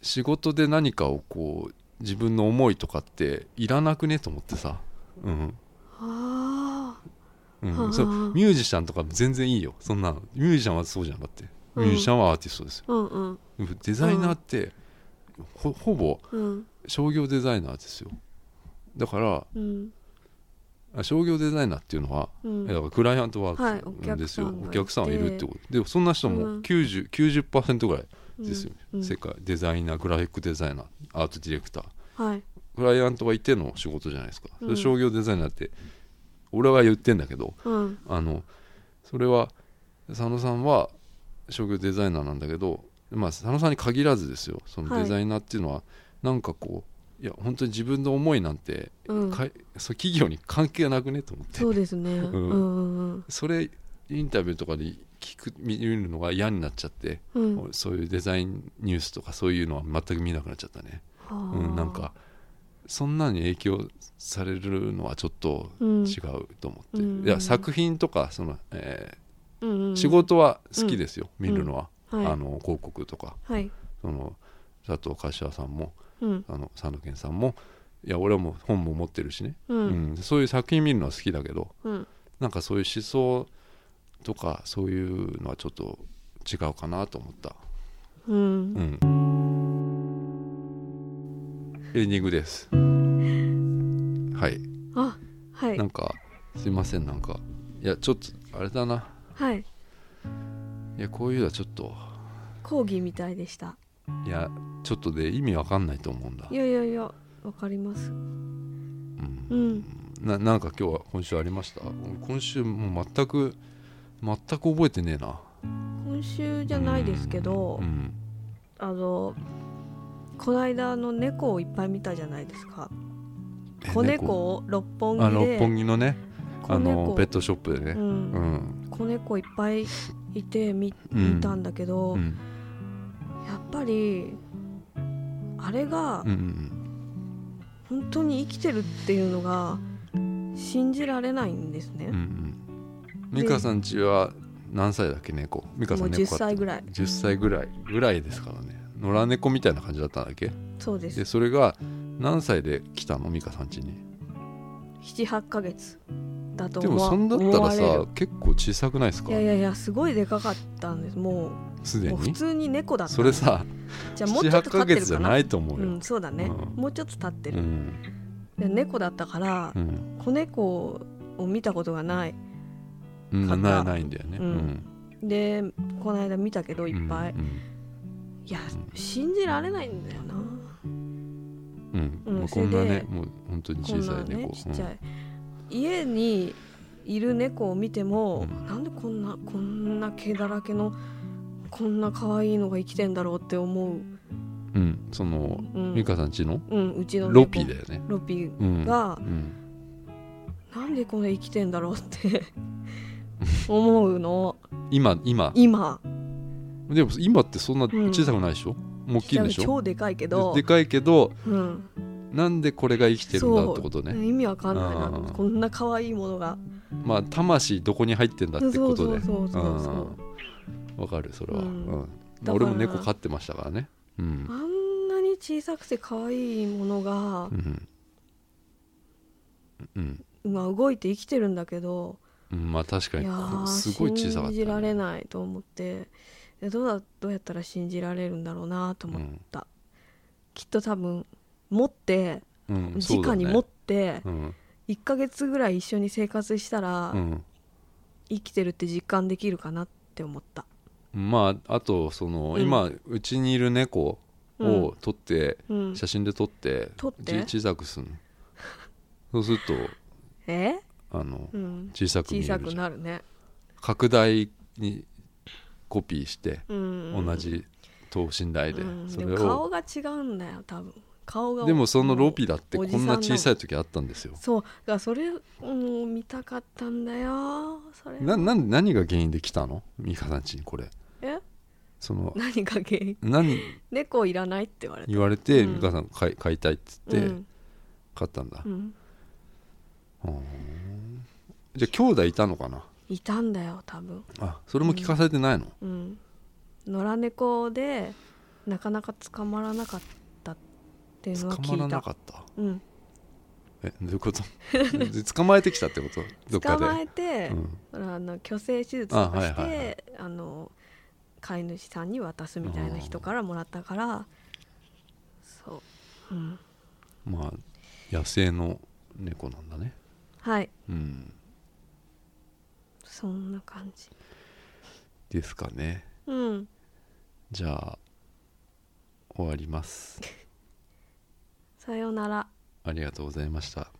Speaker 2: 仕事で何かをこう自分の思いとかっていらなくねと思ってさ、うん
Speaker 1: あ
Speaker 2: う
Speaker 1: は
Speaker 2: ん、
Speaker 1: あ
Speaker 2: そうミュージシャンとか全然いいよそんなのミュージシャンはそうじゃんだって
Speaker 1: うん
Speaker 2: ミュージシャンはアーティストですよ、
Speaker 1: ーうんうん
Speaker 2: デザイナーってほほぼ
Speaker 1: うん
Speaker 2: 商業デザイナーですよだから
Speaker 1: うん
Speaker 2: あ商業デザイナーっていうのは
Speaker 1: うん
Speaker 2: だからクライアントワ
Speaker 1: はい
Speaker 2: ー
Speaker 1: お
Speaker 2: ク
Speaker 1: 客さ
Speaker 2: なんんですよ、
Speaker 1: がいて
Speaker 2: お客さんはいるってことでそんな人
Speaker 1: う
Speaker 2: も
Speaker 1: ん
Speaker 2: 90, 90%ぐらいですよ、
Speaker 1: うんうん
Speaker 2: 世界デザイナーグラフィックデザイナーアートディレクター
Speaker 1: はい
Speaker 2: クライアントはいての仕事じゃないですか、それ
Speaker 1: うん
Speaker 2: 商業デザイナーって俺は言ってんだけど
Speaker 1: うん
Speaker 2: あのそれは佐野さんは商業デザイナーなんだけど、まあ、佐野さんに限らずですよその
Speaker 1: はい
Speaker 2: デザイナーっていうのはなんかこういや本当に自分の思いなんて、
Speaker 1: うん
Speaker 2: かいそう企業に関係なくねと思って
Speaker 1: そうですねうんうん
Speaker 2: それインタビューとかで聞く見るのが嫌になっちゃって、
Speaker 1: うん
Speaker 2: 俺そういうデザインニュースとかそういうのは全く見なくなっちゃったね、
Speaker 1: う
Speaker 2: うん、なんかそんなに影響されるのはちょっと
Speaker 1: うん
Speaker 2: 違うと思って、
Speaker 1: うん
Speaker 2: いや作品とかその、えー仕
Speaker 1: 仕
Speaker 2: 事は好きですよ、見るのは、
Speaker 1: はい
Speaker 2: あの広告とか
Speaker 1: はい
Speaker 2: その佐藤柏さんも
Speaker 1: うん
Speaker 2: あの佐野健さんもいや俺はもう本も持ってるしね、
Speaker 1: う
Speaker 2: うんそういう作品見るのは好きだけど
Speaker 1: うん
Speaker 2: なんかそういう思想とかそういうのはちょっと違うかなと思った、
Speaker 1: う
Speaker 2: うんんエンディングですはい
Speaker 1: あはい
Speaker 2: なんかすいませんなんかいやちょっとあれだな
Speaker 1: はい
Speaker 2: いやこういうのはちょっと
Speaker 1: 講義みたいでした
Speaker 2: いやちょっとで意味わかんないと思うんだ
Speaker 1: いやいやいやわかります
Speaker 2: うん
Speaker 1: うん
Speaker 2: ななんか今日は今週ありました今週もう全く全く覚えてねえな
Speaker 1: 今週じゃないですけど、
Speaker 2: うん
Speaker 1: あのこの間の猫をいっぱい見たじゃないですか
Speaker 2: え
Speaker 1: 子猫を六本
Speaker 2: あ
Speaker 1: 木
Speaker 2: の
Speaker 1: で
Speaker 2: 六本木のね
Speaker 1: 子
Speaker 2: あの
Speaker 1: 猫
Speaker 2: ペットショップで
Speaker 1: う
Speaker 2: ねうんん
Speaker 1: 子猫いっぱいいて見
Speaker 2: うん
Speaker 1: 見たんだけど、
Speaker 2: うん
Speaker 1: やっぱりあれが
Speaker 2: うんうん
Speaker 1: 本当に生きてるっていうのが信じられないんですね
Speaker 2: うんう、ん美香さんちは何歳だっけ猫美香さん
Speaker 1: も
Speaker 2: 猫
Speaker 1: う10歳ぐらい
Speaker 2: 10歳ぐらいぐらいですからね野良猫みたいな感じだったんだっけ
Speaker 1: そうです
Speaker 2: でそれが何歳で来たの美香さんちに
Speaker 1: 78ヶ月だと
Speaker 2: で
Speaker 1: 思
Speaker 2: も
Speaker 1: わ
Speaker 2: そんだったら
Speaker 1: 思われ
Speaker 2: さ
Speaker 1: る
Speaker 2: 結構小さくないですか
Speaker 1: いやいやいやすごいでかかったんですも
Speaker 2: す
Speaker 1: う
Speaker 2: で
Speaker 1: もう普
Speaker 2: に
Speaker 1: 通に猫だった
Speaker 2: それさ
Speaker 1: じゃあもうちょっ
Speaker 2: 78
Speaker 1: と経
Speaker 2: ヶ
Speaker 1: ってる
Speaker 2: 月じ
Speaker 1: か
Speaker 2: ゃ
Speaker 1: な
Speaker 2: ないと思う
Speaker 1: う
Speaker 2: よ
Speaker 1: んそうだね、
Speaker 2: うん
Speaker 1: もうちょっと経って
Speaker 2: う
Speaker 1: る、
Speaker 2: ん
Speaker 1: で猫だったから
Speaker 2: うん
Speaker 1: 子猫を見たことがない
Speaker 2: うん
Speaker 1: 買った
Speaker 2: ないないんだよね
Speaker 1: う
Speaker 2: うんん
Speaker 1: でこの間見たけどいっぱい、
Speaker 2: うん
Speaker 1: いや信じられないんだよな
Speaker 2: うん
Speaker 1: うん
Speaker 2: もう
Speaker 1: そ
Speaker 2: こ
Speaker 1: れ
Speaker 2: ん
Speaker 1: で
Speaker 2: なねもう本当に
Speaker 1: こ
Speaker 2: 小
Speaker 1: ん
Speaker 2: さ
Speaker 1: ないね
Speaker 2: 猫
Speaker 1: ちっちゃい、家にいる猫を見ても、
Speaker 2: うん
Speaker 1: なんでこんなこんな毛だらけのこんな可愛いのが生きてんだろうって思う、
Speaker 2: うんうんその
Speaker 1: うん、
Speaker 2: 美香さんちの
Speaker 1: うん、うちの猫
Speaker 2: ロピーだよね
Speaker 1: ロピ
Speaker 2: うん
Speaker 1: が
Speaker 2: うん
Speaker 1: なんでこれ生きてんだろうって 思うの
Speaker 2: 今今
Speaker 1: 今
Speaker 2: でも今ってそんな
Speaker 1: うん
Speaker 2: 小さくないでしょもう大きいんでしょ
Speaker 1: 超でかいけど
Speaker 2: ででかいけど
Speaker 1: うん、
Speaker 2: なんでこれが生きてるんだってこと
Speaker 1: そ
Speaker 2: ね
Speaker 1: う意味わかんないな
Speaker 2: あー
Speaker 1: こんな可愛いものが
Speaker 2: まあ魂どこに入ってんだってことで
Speaker 1: そうそうそうそうそう
Speaker 2: うんわかるそれは、
Speaker 1: う
Speaker 2: うんん
Speaker 1: だから
Speaker 2: 俺も猫飼ってましたからねうん
Speaker 1: あんなに小さくて可愛いものが
Speaker 2: う、んうん
Speaker 1: まあ、動いて生きてるんだけど
Speaker 2: うんまあ確か
Speaker 1: い
Speaker 2: に
Speaker 1: や
Speaker 2: こ
Speaker 1: ー
Speaker 2: うすごい小さかったね、
Speaker 1: 信じられないと思ってでどうだどうやったら信じられるんだろうなと思った、きっと多分持って
Speaker 2: うんそうだ
Speaker 1: 直
Speaker 2: ね
Speaker 1: に持って
Speaker 2: うん
Speaker 1: 1ヶ月ぐらい一緒に生活したら
Speaker 2: うん
Speaker 1: 生きてるって実感できるかなって思った
Speaker 2: まああとその、
Speaker 1: うん
Speaker 2: 今うちにいる猫を撮って、
Speaker 1: うん
Speaker 2: 写真で撮って
Speaker 1: 撮って
Speaker 2: ち小さくすんのそうする
Speaker 1: え、
Speaker 2: とあの
Speaker 1: うん、
Speaker 2: 小さく見え
Speaker 1: 小
Speaker 2: るじゃ
Speaker 1: さ
Speaker 2: ん
Speaker 1: くなるね
Speaker 2: 拡大にコピーして
Speaker 1: うん
Speaker 2: 同じ等身大で、
Speaker 1: うん
Speaker 2: そ
Speaker 1: で
Speaker 2: れ
Speaker 1: も顔
Speaker 2: を
Speaker 1: が違うんだよ多分顔が
Speaker 2: でもそのロピだってこ
Speaker 1: おじさ
Speaker 2: ん
Speaker 1: んな
Speaker 2: な
Speaker 1: の
Speaker 2: 小さい時あったんですよ
Speaker 1: そうだからそれも見たかったんだよそれ
Speaker 2: ななん何が原因で来たの美香さんちにこれ
Speaker 1: え
Speaker 2: その
Speaker 1: 何か原因
Speaker 2: 何
Speaker 1: 猫いらないって言われて
Speaker 2: 言われて
Speaker 1: うん
Speaker 2: 美香さん買い買いたいっつっ
Speaker 1: う
Speaker 2: て
Speaker 1: ん
Speaker 2: 買ったんだ、
Speaker 1: うん
Speaker 2: うんじゃあ兄弟いたのかない
Speaker 1: たんだよ多分
Speaker 2: あそれも聞かされてないの、
Speaker 1: うん野良猫でなかなか捕まらなかったっていうのは
Speaker 2: 捕
Speaker 1: 聞
Speaker 2: まら
Speaker 1: い
Speaker 2: な
Speaker 1: た
Speaker 2: かった
Speaker 1: うん、
Speaker 2: えどういうこと捕まえてきたって ことどっか
Speaker 1: 捕
Speaker 2: で
Speaker 1: まえて、
Speaker 2: うん
Speaker 1: あの虚勢手術とかしてあ、
Speaker 2: あはいはいはい
Speaker 1: の飼い主さんに渡すみたいな人からもらったからそう、うん、
Speaker 2: まあ野生の猫なんだね
Speaker 1: はい
Speaker 2: うん
Speaker 1: そんな感じ
Speaker 2: ですかね
Speaker 1: うん
Speaker 2: じゃあ終わります
Speaker 1: さようなら
Speaker 2: ありがとうございました